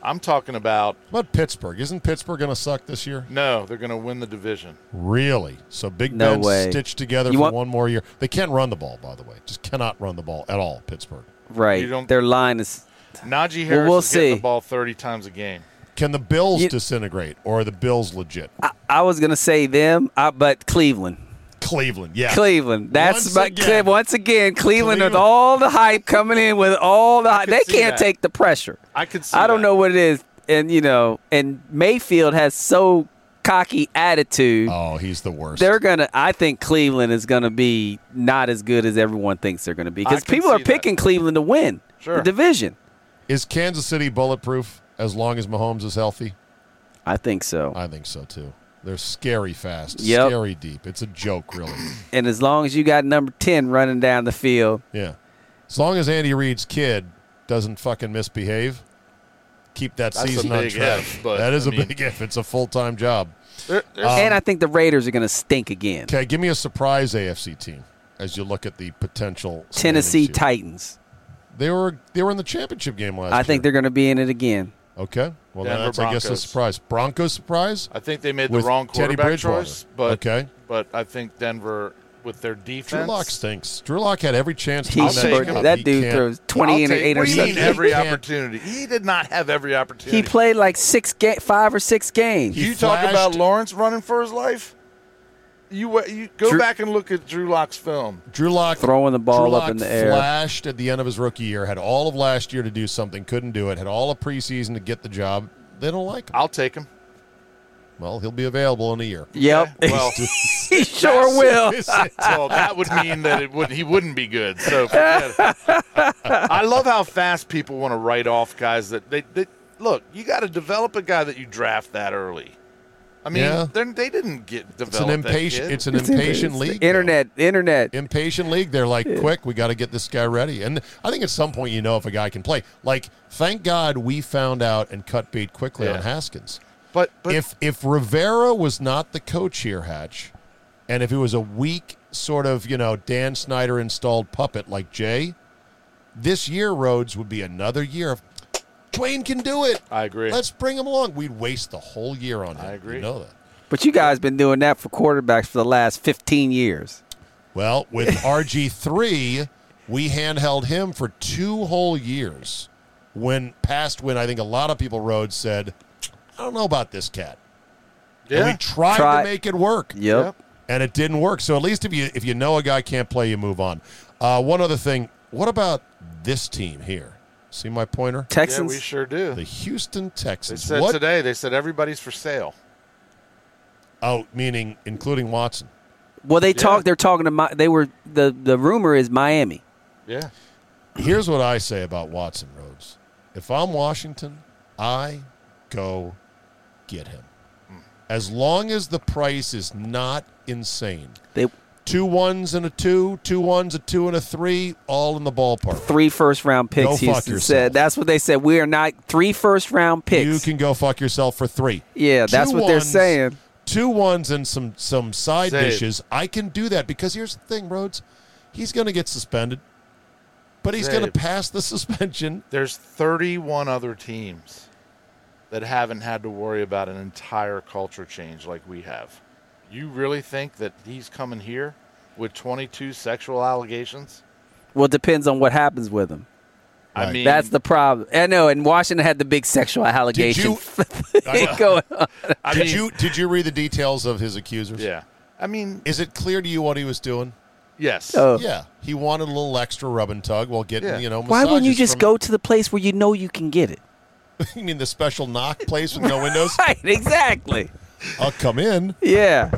E: I'm talking about
A: What about Pittsburgh? Isn't Pittsburgh going to suck this year?
E: no, they're going to win
D: (sighs)
E: the division.
A: Really? So Big
D: No
A: Ben
D: way.
A: stitched together
D: You
A: for
D: want-
A: one more year. They can't run the ball, by the way. Just cannot run the ball at all. Pittsburgh.
E: You
D: right.
E: don't-
D: Their line is.
E: Najee Harris
D: Well, we'll
E: is getting
D: see.
E: the ball 30 times a game.
A: Can the Bills
D: You-
A: disintegrate, or are the Bills legit?
D: I, I was gonna say them, I, but Cleveland.
A: Cleveland, yeah.
D: Cleveland. That's
A: Once
D: my,
A: again.
D: Cle- once again Cleveland,
A: Cleveland.
D: with all the hype coming in with all the. hy-
E: could
D: They
E: see
D: can't
E: that.
D: take the pressure.
E: I could see
D: I don't
E: that.
D: know what it is, and you know, and Mayfield has so cocky attitude.
A: Oh, he's the worst.
D: They're gonna. I think Cleveland is gonna be not as good as everyone thinks they're gonna be because
E: I can
D: people are
E: see that.
D: picking Cleveland to win
E: Sure.
D: the division.
A: Is Kansas City bulletproof as long as Mahomes is healthy?
D: I think so.
A: I think so too. They're scary fast,
D: Yep.
A: scary deep. It's a joke, really.
D: and as long as you got number ten running down the field,
A: yeah. As long as Andy Reid's kid doesn't fucking misbehave, keep that
E: That's a
A: season on
E: big
A: track.
E: if, but,
A: that is a
E: I mean-
A: big if. It's a full time job.
E: There- there's-
D: and I think the Raiders are gonna stink again.
A: Okay, give me a surprise AFC team as you look at the potential. standings
D: Tennessee
A: here.
D: Titans.
A: They were they were in the championship game last.
D: I think
A: year.
D: they're gonna be in it again.
A: Okay. Well, then
E: Denver
A: that's, I guess, a
E: Broncos.
A: surprise. Broncos surprise?
E: I think they made
A: With
E: the wrong
A: Teddy
E: quarterback
A: Bridgewater.
E: choice, but
A: Okay.
E: but I think Denver with their
A: Drew
E: defense.
A: Lock stinks. Drew Lock had every chance to
D: He's
A: win
E: take
A: that,
E: him.
A: job.
D: that
A: He
D: dude
A: can't-
D: throws
E: I'll
D: 20 and
E: take
D: 8
E: Green
D: interceptions.
E: every
A: He can't-
E: opportunity. He did not have every opportunity.
D: He played like six, ga- five or six games.
A: He
E: you talk
A: flashed-
E: about Lawrence running for his life. You wa- you go
D: Drew-
E: back and look at Drew Lock's film.
A: Drew Lock
D: Throwing the ball
A: Drew
D: up
A: Lock
D: in the air.
A: Flashed at the end of his rookie year, had all of last year to do something, couldn't do it. Had all of preseason to get the job. They don't like him.
E: I'll take him.
A: Well, he'll be available in a year.
D: Yep.
E: Well,
D: (laughs)
A: (laughs)
D: he sure will.
E: (laughs) (laughs) well, that would mean that it would he wouldn't be good. So forget it.
A: (laughs)
E: I love how fast people want to write off guys that they, they look. You got to develop a guy that you draft that early. I mean,
A: Yeah.
E: they're- they didn't get developed.
A: It's an impatient. It's an impatient league. though.
D: Internet, internet.
A: impatient league. They're like, quick, we got to get this guy ready. And I think at some point you know if a guy can play. Like, thank God we found out and cut bait quickly
E: Yeah.
A: on Haskins.
E: but but
A: if if Rivera was not the coach here, Hatch, and if it was a weak sort of you know Dan Snyder installed puppet like Jay, this year Rhodes would be another year of Twain can do it.
E: I agree.
A: Let's bring him along. We'd waste the whole year on him.
E: I agree.
A: You know that.
D: But you guys been doing that for quarterbacks for the last 15 years.
A: Well, with
E: (laughs)
A: RG3, we handheld him for two whole years. When past when I think a lot of people Rhodes said, I don't know about this cat.
E: yeah,
A: And we tried
D: Try-
A: to make it work.
D: Yep.
A: and it didn't work. So at least if you if you know a guy can't play, you move on. Uh, one other thing, what about this team here? See my pointer?
E: yeah, we
D: Texans.
E: sure do.
A: The Houston
E: They
A: Texans.
E: said
A: what?
E: today. They said everybody's for sale.
A: Oh, meaning including Watson.
D: well, they talk. They're talking to. Mi- they were the the rumor is Miami.
E: Yeah,
A: Here's what I say about Watson Rhodes. If I'm Washington, I go get him. As long as the price is not insane.
D: They
A: Two ones and a two, two ones, a two and a three, all in the ballpark.
D: three first round picks.
A: Go fuck
D: Houston
A: yourself.
D: said that's what they said. We are not three first round picks.
A: You can go fuck yourself for three.
D: Yeah, that's what they're saying.
A: Two ones and some some side
E: Save.
A: dishes. I can do that because here's the thing, Rhodes. He's going to get suspended, but he's going to
E: Save.
A: pass the (laughs) suspension.
E: there's 31 other teams that haven't had to worry about an entire culture change like we have. You really think that he's coming here with 22 sexual allegations?
D: well, it depends on what happens with them.
E: I
A: Right.
E: mean,
D: That's the problem. I know. And Washington had the big sexual (laughs) allegation
A: I know.
D: going on.
E: I
A: did
E: mean,
A: you did you read the details of his accusers?
E: Yeah, I mean,
A: Is it clear to you what he was doing?
E: yes.
D: Oh.
A: Yeah, he wanted a little extra rub and tug while getting
E: Yeah.
A: you know.
D: Why wouldn't you
A: massages
D: just
A: from-
D: go to the place where you know you can get it?
A: (laughs) you mean the special knock place with no windows?
D: Right. Exactly.
A: I'll come
D: (laughs)
A: in.
D: Yeah.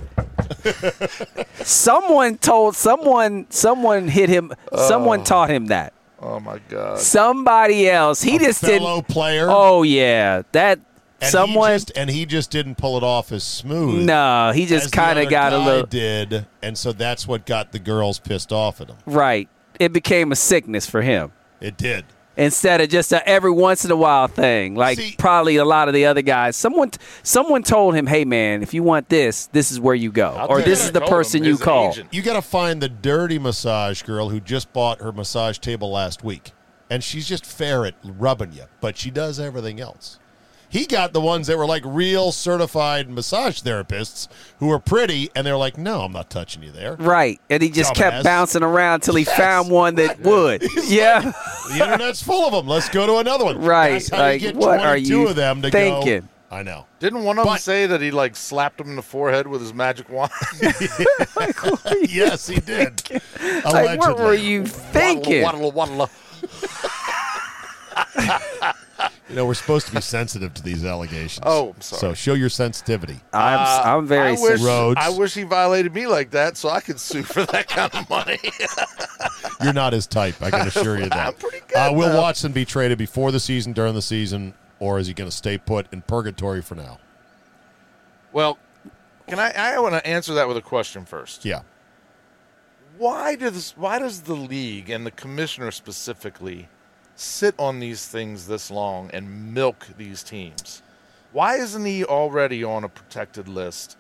D: someone told someone someone hit him someone taught him that.
E: Oh my God.
D: Somebody else. He just
A: Fellow
D: didn't
A: player.
D: Oh yeah. That
A: and
D: someone
A: He just, and he just didn't pull it off as smooth.
D: No, he
A: as
D: just
A: the
D: kind of
A: other
D: got a
A: guy
D: little
A: did, and so that's what got the girls pissed off at him.
D: right. It became a sickness for him
A: It did.
D: instead of just a every once in a while thing like
A: See-
D: probably a lot of the other guys. Someone someone told him, "Hey man, if you want this, this is where you go."
E: I'll
D: or
E: tell
D: this
E: you
D: is the
E: what I told
D: person
E: him,
D: you
E: his
D: call.
E: agent.
A: You got to find the dirty massage girl who just bought her massage table last week, and she's just fair at rubbing you, but she does everything else. He got the ones that were like real certified massage therapists who were pretty, and they're like, "No, I'm not touching you there."
D: Right. And he just
A: Dumbass.
D: kept bouncing around till he found one that
E: (laughs)
D: would. Yeah. (laughs)
A: The internet's full of them. Let's go to another one.
D: Right,
A: That's how
D: like,
A: you get
D: what are
A: 22
D: you
A: of them to
D: thinking?
A: go. I know. (laughs)
E: Didn't one of them
A: But-
E: say that he like slapped him in the forehead with his magic wand? (laughs)
A: Yes, he did.
D: (laughs) Like, what were
A: Allegedly.
D: you thinking?
E: Waddle, waddle, waddle.
A: You know, we're supposed to be sensitive to these allegations.
E: Oh, I'm sorry.
A: So show your sensitivity.
D: I'm, I'm very
E: Uh, I wish,
D: sincere.
A: Rhodes.
E: I wish he violated me like that so I could sue for that kind of money. (laughs)
A: You're not his type. I can assure you that.
E: I'm pretty good,
A: Uh, will
E: though.
A: Watson be traded before the season, during the season, or is he going to stay put in purgatory for now?
E: well, can I? I want to answer that with a question first.
A: Yeah.
E: why does why does the league and the commissioner specifically sit on these things this long and milk these teams? Why isn't he already on a protected list?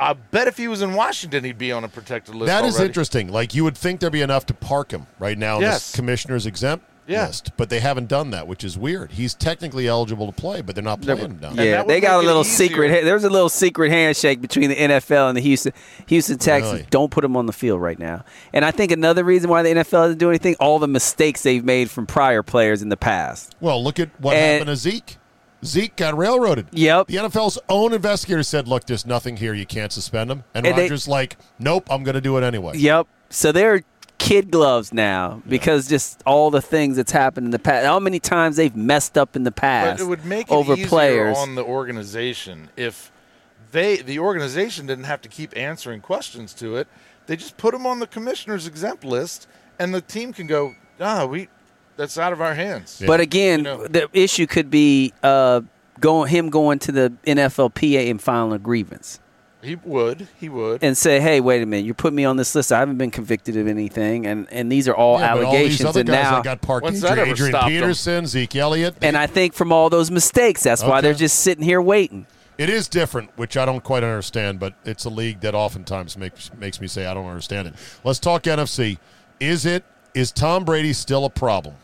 E: I bet if he was in Washington, he'd be on a protected list.
A: That is
E: already.
A: interesting. Like you would think there'd be enough to park him right now. and This
E: Yes.
A: commissioner's exempt.
E: Yeah.
A: list, but they haven't done that, which is weird. He's technically eligible to play, but they're not playing him down. there.
E: that
D: Yeah,
E: would
D: they got a
E: make it
D: little
E: easier.
D: secret. ha- There was a little secret handshake between the NFL and the Houston Houston Texans.
A: Really?
D: Don't put them on the field right now. And I think another reason why the NFL doesn't do anything, all the mistakes they've made from prior players in the past.
A: Well, look at what
D: And-
A: happened to Zeke. Zeke got railroaded.
D: Yep.
A: The NFL's own investigator said, "Look, there's nothing here. You can't suspend him." And,
D: And they-
A: Rogers like, "Nope, I'm going to do it anyway."
D: Yep. So they're kid gloves now because just all the things that's happened in the past, how many times they've messed up in the past
E: But it would make it
D: over
E: easier
D: players.
E: on the organization if they the organization didn't have to keep answering questions to it. They just put them on the commissioner's exempt list, and the team can go, ah, we that's out of our hands.
D: But again,
E: You know.
D: the issue could be uh, going him going to the NFLPA and filing a grievance.
E: He would, he would.
D: and say, "Hey, wait a minute! You put me on this list. I haven't been convicted of anything, and and these are all
A: Yeah, but all
D: allegations."
A: these other
D: and
A: guys
D: now,
A: that got parked
E: When's that
A: injury,
E: ever
A: Adrian
E: stopped 'em?
A: Peterson, Zeke Elliott.
D: and I think from all those mistakes, that's why
A: Okay.
D: they're just sitting here waiting.
A: it is different, which I don't quite understand, but it's a league that oftentimes makes makes me say I don't understand it. Let's talk NFC. Is it is Tom Brady still a problem?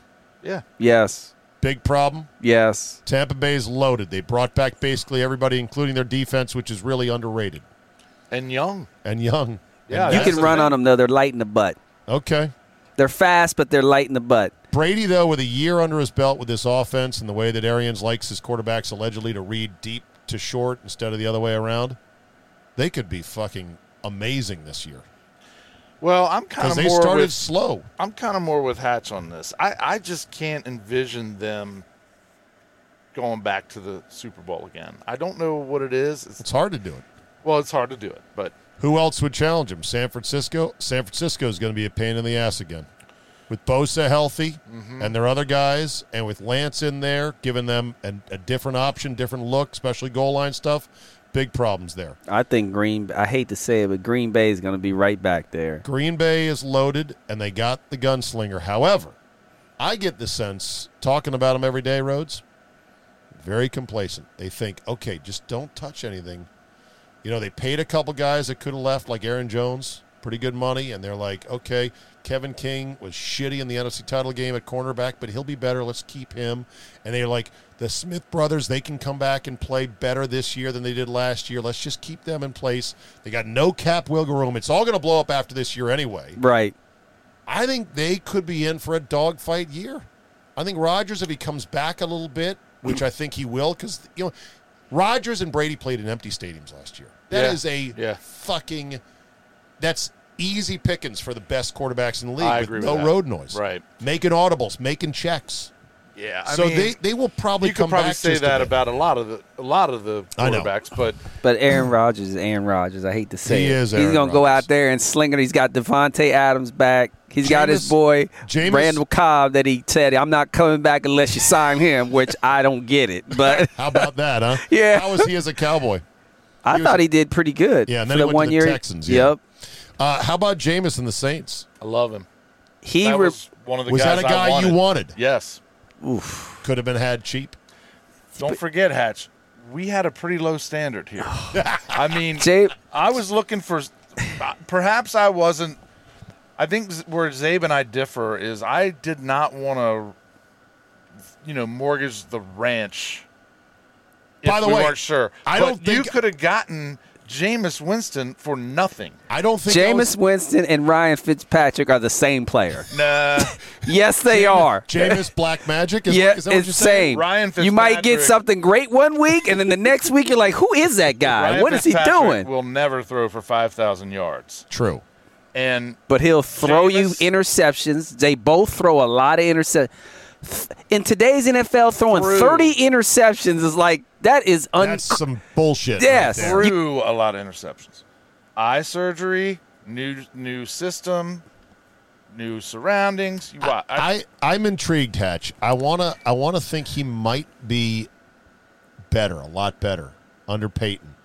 E: yeah.
D: Yes,
A: Big problem.
D: yes.
A: Tampa Bay is loaded. They brought back basically everybody, including their defense, which is really underrated.
E: And young.
A: And young.
E: Yeah.
D: You
E: that's
D: can
E: the
D: run
E: thing.
D: on them though; they're light in the butt.
A: Okay.
D: They're fast, but they're light in the butt.
A: Brady, though, with a year under his belt with this offense and the way that Arians likes his quarterbacks allegedly to read deep to short instead of the other way around, they could be fucking amazing this year
E: Well, I'm kind
A: because
E: of
A: they
E: more
A: started
E: with-
A: slow.
E: I'm kind of more with Hatch on this. I, I just can't envision them going back to the Super Bowl again. I don't know what it is. It's,
A: It's hard to do it.
E: well, it's hard to do it, but
A: Who else would challenge him? San Francisco. San Francisco is going to be a pain in the ass again, with Bosa healthy
E: Mm-hmm.
A: and their other guys, and with Lance in there, giving them an, a different option, different look, especially goal line stuff. Big problems there.
D: I think Green. I hate to say it, but Green Bay is going to be right back there.
A: Green Bay is loaded, and they got the gunslinger. However, I get the sense talking about them every day, Rhodes. Very complacent. They think, okay, just don't touch anything. You know, they paid a couple guys that could have left, like Aaron Jones, pretty good money, and they're like, okay, Kevin King was shitty in the NFC title game at cornerback, but he'll be better. Let's keep him. And they're like, the Smith brothers, they can come back and play better this year than they did last year. Let's just keep them in place. They got no cap wiggle room. It's all going to blow up after this year anyway.
D: Right.
A: I think they could be in for a dogfight year. I think Rodgers, if he comes back a little bit, which I think he will, because you know, Rodgers and Brady played in empty stadiums last year. That
E: Yeah.
A: is a
E: Yeah.
A: fucking that's easy pickings for the best quarterbacks in the league
E: I agree with
A: no
E: that.
A: road noise.
E: Right.
A: Making audibles, making checks.
E: yeah. I
A: so
E: mean,
A: they, they will probably
E: you could
A: come
E: probably
A: back
E: say
A: just a
E: that
A: bit.
E: about a lot of the a lot of the
A: I know.
E: quarterbacks, but
D: But Aaron Rodgers is Aaron Rodgers. I hate to say
A: He
D: it.
A: is
D: He's
A: Aaron
D: gonna go
A: Rodgers.
D: out there and sling it. He's got Devontae Adams back. He's got his
A: Jameis-
D: boy
A: Jameis-
D: Randall Cobb that he said I'm not coming back unless you sign him, which I don't get it.
A: (laughs)
D: But
A: How about that,
E: (laughs)
A: huh?
D: Yeah.
A: How is he as a cowboy?
D: I thought he did pretty good.
A: Yeah, and then
D: for
A: he went
D: the
A: to
D: one
A: the
D: year.
A: Texans, yeah.
D: Yep.
A: Uh, how about Jameis and the Saints?
E: I love him.
D: He
E: That
D: re-
E: was one of the
A: Was
E: guys
A: that a
E: I
A: guy you wanted?
E: Yes.
A: Could have been had cheap.
E: Don't forget Hatch. We had a pretty low standard
A: (sighs)
E: here. I mean,
D: Jay-
E: I was looking for. Perhaps I wasn't. I think z- where Zabe and I differ is I did not want to, you know, mortgage the ranch. If
A: By the
E: we
A: way,
E: weren't sure.
A: I
E: But
A: don't
E: you
A: think-
E: could have gotten Jameis Winston for nothing.
A: I don't think that was-
D: Jameis Winston and Ryan Fitzpatrick are the same player.
E: Nah,
D: yes, they are.
A: Jameis Black Magic? Is,
D: yeah,
A: is that what
D: it's
A: you're
D: the
A: saying?
D: same.
E: Ryan
D: you might get
E: Fitzpatrick-
D: something great one week, and then the next week you're like, "Who is that guy?
E: (laughs) Ryan
D: what is he
E: Fitzpatrick
D: doing?"
E: Will never throw for five thousand yards,
A: True.
E: and
D: but he'll throw
E: Jameis-
D: you interceptions. They both throw a lot of interceptions. In today's NFL, throwing
E: Through.
D: 30 interceptions is like that is un.
A: That's some bullshit.
D: Yes.
A: right there.
E: threw a lot of interceptions. Eye surgery, new new system, new surroundings. You wa- I,
A: I, I'm intrigued, Hatch. I wanna I wanna think he might be better, a lot better under Peyton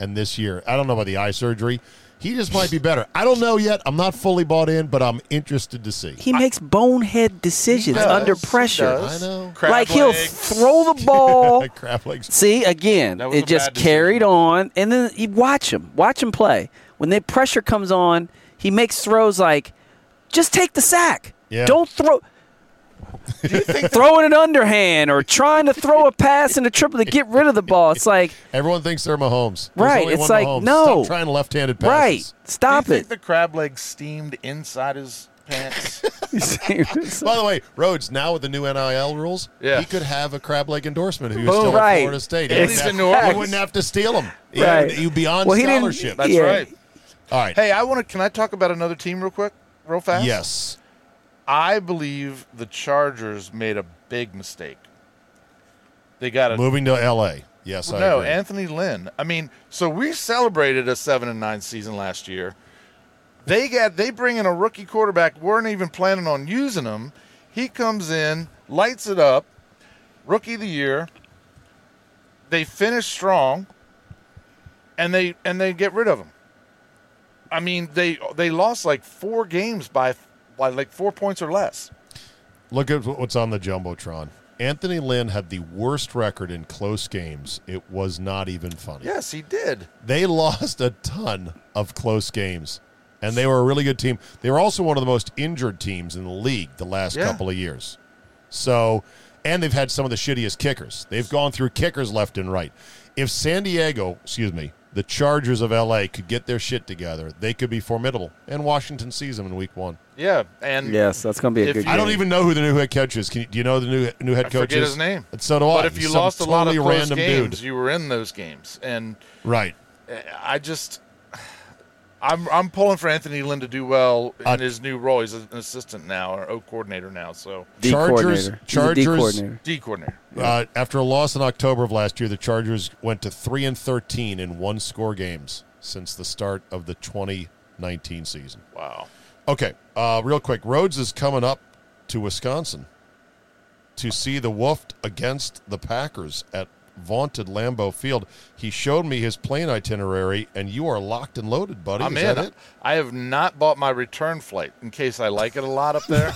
A: and this year. I don't know about the eye surgery. He just might be better. I don't know yet. I'm not fully bought in, but I'm interested to see.
D: he makes bonehead decisions
E: does,
D: under
E: he
D: pressure.
E: does.
A: I know.
E: Crab
D: like he'll
E: legs.
D: throw the
E: (laughs)
D: ball.
A: (laughs) Crab legs.
D: See again,
E: That was
D: it
E: a
D: just
E: bad decision.
D: carried on, and then you watch him, watch him play. When the pressure comes on, he makes throws like, "Just take the sack.
A: Yeah. (laughs)
D: Don't throw." throwing an underhand or trying to throw a pass in a triple to get rid of the ball. It's like,
A: Everyone thinks they're Mahomes. There's
D: Right,
A: only
D: it's
A: one
D: like,
A: Mahomes.
D: no.
A: Stop trying left-handed (laughs) passes.
D: right, stop
E: Do you
D: it.
E: think the crab leg steamed inside his
D: (laughs)
E: pants?
D: Seriously.
A: By the way, Rhodes now with the new NIL rules,
E: Yeah.
A: he could have a crab leg endorsement. Who is
D: Boom.
A: still at
D: Right.
A: Florida State?
E: At
A: He
E: least
A: wouldn't
E: in New
A: have-
E: Orleans.
A: he wouldn't have to steal him.
D: Right.
A: He would be on
D: Well, he didn't-
A: scholarship.
E: That's
D: Yeah.
E: right.
A: All right.
E: Hey, I want to. Can I talk about another team real quick, real fast?
A: Yes.
E: I believe the Chargers made a big mistake. They got a
A: Moving to L.A. Yes, I
E: no
A: agree.
E: Anthony Lynn. I mean, so we celebrated a seven and nine season last year. They got they bring in a rookie quarterback. weren't even planning on using him. He comes in, lights it up, rookie of the year. They finish strong, and they and they get rid of him. I mean, they they lost like four games by by like four points or less.
A: Look at what's on the jumbotron. Anthony Lynn had the worst record in close games. It was not even funny.
E: Yes, he did.
A: They (laughs) lost a ton of close games, and they were a really good team. They were also one of the most injured teams in the league the last
E: Yeah.
A: couple of years. So, and they've had some of the shittiest kickers. They've gone through kickers left and right. If San Diego, excuse me, the Chargers of LA could get their shit together, they could be formidable. And Washington sees them in week one.
E: Yeah, and
D: yes, that's going to be a
E: If
D: good
E: you-
A: I don't
D: game.
A: even know who the new head coach is. Can you, do you know the new new head
E: I
A: coach?
E: forget
A: is?
E: his name.
A: So do I.
E: But if you
A: Some
E: lost a lot of
A: totally
E: close
A: random
E: games,
A: dude.
E: you were in those games, and eh,
A: Right.
E: I just, I'm I'm pulling for Anthony Lynn to do well in
A: Uh,
E: his new role. He's an assistant now or O coordinator now, so
D: D
A: Chargers-
D: coordinator. He's a D
A: Chargers-
D: coordinator.
E: D coordinator.
A: Uh, after a loss in October of last year, the Chargers went to three and thirteen in one score games since the start of the 2019 season.
E: Wow.
A: Okay, uh, real quick, Rhodes is coming up to Wisconsin to see the Wolfed against the Packers at vaunted Lambeau Field. He showed me his plane itinerary, and you are locked and loaded, buddy.
E: I'm
A: is that
E: in.
A: it?
E: I have not bought my return flight in case I like it a lot
A: (laughs)
E: up there.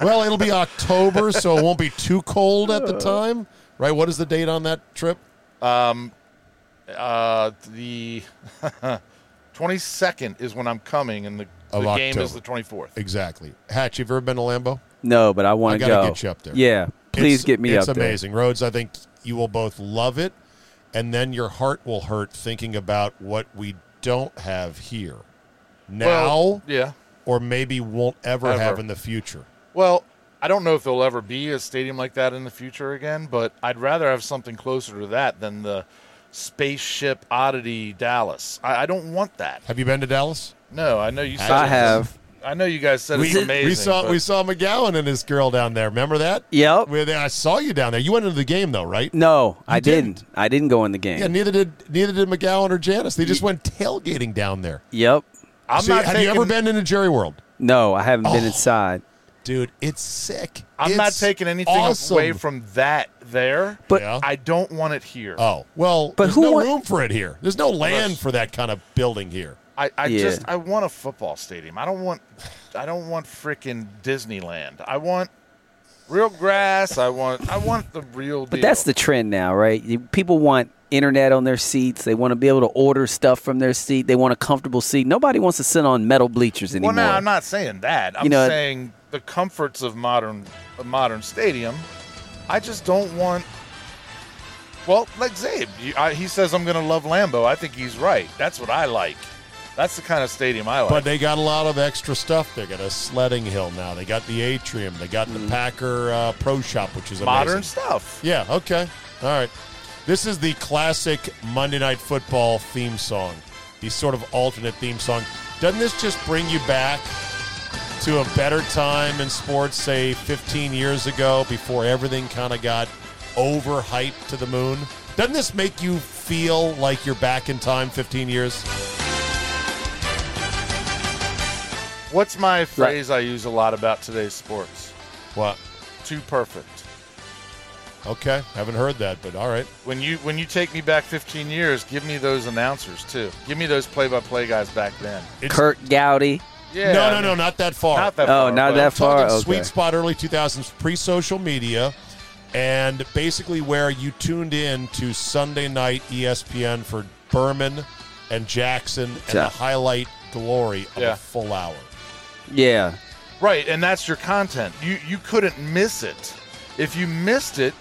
A: Well, it'll be October, so it won't be too cold at
E: (laughs)
A: the time, right? What is the date on that trip?
E: uh, the (laughs) 22nd is when I'm coming, and the, the
A: Of
E: game is
A: October.
E: the 24th.
A: Exactly. Hatch, you've ever been to Lambeau?
D: No, but I want to
A: gotta
D: go.
A: get you up there.
D: Yeah, please
A: It's-
D: get me
A: it's
D: up there.
A: amazing. Rhodes, I think you will both love it, and then your heart will hurt thinking about what we don't have here now,
E: Well, yeah.
A: or maybe won't ever,
E: Ever.
A: have in the future.
E: Well, I don't know if there'll ever be a stadium like that in the future again, but I'd rather have something closer to that than the spaceship oddity Dallas. I, I don't want that.
A: Have you been to Dallas?
E: No, I know you. Said
D: I
E: it was-
D: have.
E: I know you guys said it's
D: We-
E: amazing.
A: we saw
E: but
A: we saw McGowan and his girl down there. Remember that?
D: Yep.
A: Where they, I saw you down there. You went into the game though, right?
D: No, I
A: didn't.
D: didn't. I didn't go in the game.
A: Yeah. Neither did neither did McGowan or Janice. They just went tailgating down there.
D: Yep.
E: I'm
A: See,
E: not
A: have you
E: taking,
A: ever been into Jerry World?
D: No, I haven't been
A: Oh.
D: inside.
A: Dude, it's sick.
E: I'm not
A: It's
E: taking anything
A: awesome.
E: away from that there,
D: But-
A: Yeah.
E: I don't want it here.
A: Oh well,
D: But
A: there's
D: who
A: no
D: wa-
A: room for it here. There's no land for that kind of building here.
E: I, I
D: Yeah.
E: just I want a football stadium. I don't want I don't want freaking Disneyland. I want real grass. I want I want the real deal.
D: But that's the trend now, right? You- People want internet on their seats. They want to be able to order stuff from their seat. They want a comfortable seat. Nobody wants to sit on metal bleachers anymore.
E: Well, no, I'm not saying that. I'm
D: You know-
E: saying the comforts of modern a modern stadium. I just don't want. Well, like Zabe, you, I, he says I'm going to love Lambeau. I think he's right. That's what I like. That's the kind of stadium I like.
A: But they got a lot of extra stuff. They got a sledding hill now. They got the atrium. They got the Packer uh, Pro Shop, which is
E: modern
A: amazing.
E: stuff.
A: Yeah. Okay. All right. This is the classic Monday Night Football theme song. The sort of alternate theme song. Doesn't this just bring you back to a better time in sports, say 15 years ago, before everything kind of got overhyped to the moon? Doesn't this make you feel like you're back in time 15 years?
E: What's my phrase I use a lot about today's sports?
A: What?
E: Too perfect.
A: Okay. Haven't heard that, but all right.
E: When you when you take me back 15 years, give me those announcers too. Give me those play-by-play guys back then.
D: Kurt Gowdy.
E: Yeah.
A: no,
E: I
A: no, no,
E: mean,
A: not that far.
E: Not that.
D: Oh,
E: far,
D: not
E: but-
D: that far.
A: talking
D: okay.
A: sweet spot early 2000s pre-social media and basically where you tuned in to sunday night
H: E
A: espn for berman and jackson and
D: Yeah.
A: the highlight glory of
E: Yeah.
A: a full hour
D: Yeah.
E: Right, and that's your content. You you couldn't miss it. If you missed it,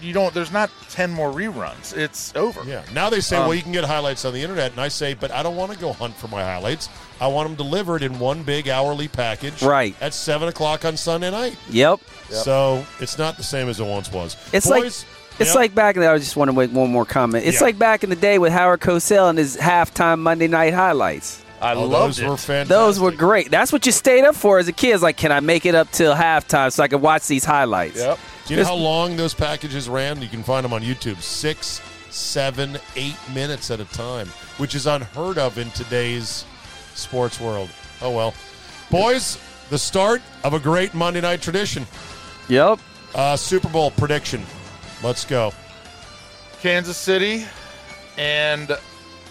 E: you don't. There's not ten more reruns. It's over.
H: Yeah. Now they
D: Um,
H: say, well, you can get highlights on the internet, and I say, but I don't want to go hunt for my highlights. I want them delivered in one big hourly package.
D: Right.
H: At seven o'clock on Sunday night.
D: Yep.
H: So it's not the same as it once was.
D: It's
H: Boys-
D: like it's
H: Yeah.
D: like back in the, I just want to make one more comment. It's
H: Yeah.
D: like back in the day with Howard Cosell and his halftime Monday night highlights.
E: I
H: Oh,
E: loved
H: those
E: it.
H: were fantastic.
D: Those were great. That's what you stayed up for as a kid. It's like, can I make it up till halftime so I can watch these highlights?
E: Yep.
H: Do you know
D: This-
H: how long those packages ran? You can find them on YouTube. Six, seven, eight minutes at a time, which is unheard of in today's sports world. Oh, well. Boys, the start of a great Monday night tradition.
D: Yep.
H: Uh, Super Bowl prediction. Let's go.
E: Kansas City and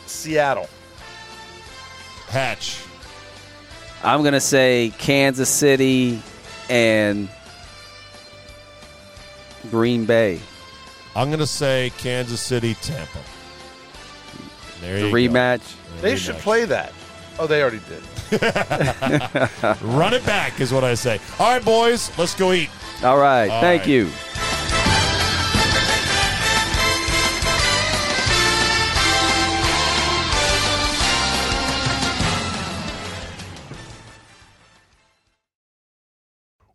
E: Seattle.
H: Hatch.
D: I'm gonna say Kansas City and Green Bay.
H: I'm going to say Kansas City, Tampa. There
D: The
H: you
D: rematch.
H: go.
E: They
H: Rematch.
E: should play that. Oh, they already did.
H: Run it back, is what I say. All right, boys, let's go eat.
D: All right.
H: All
D: Thank
H: right.
D: you.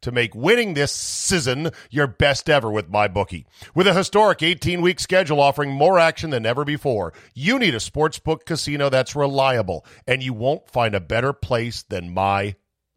A: to make winning this season your best ever with MyBookie. With a historic 18 week schedule offering more action than ever before, you need a sportsbook casino that's reliable, and you won't find a better place than My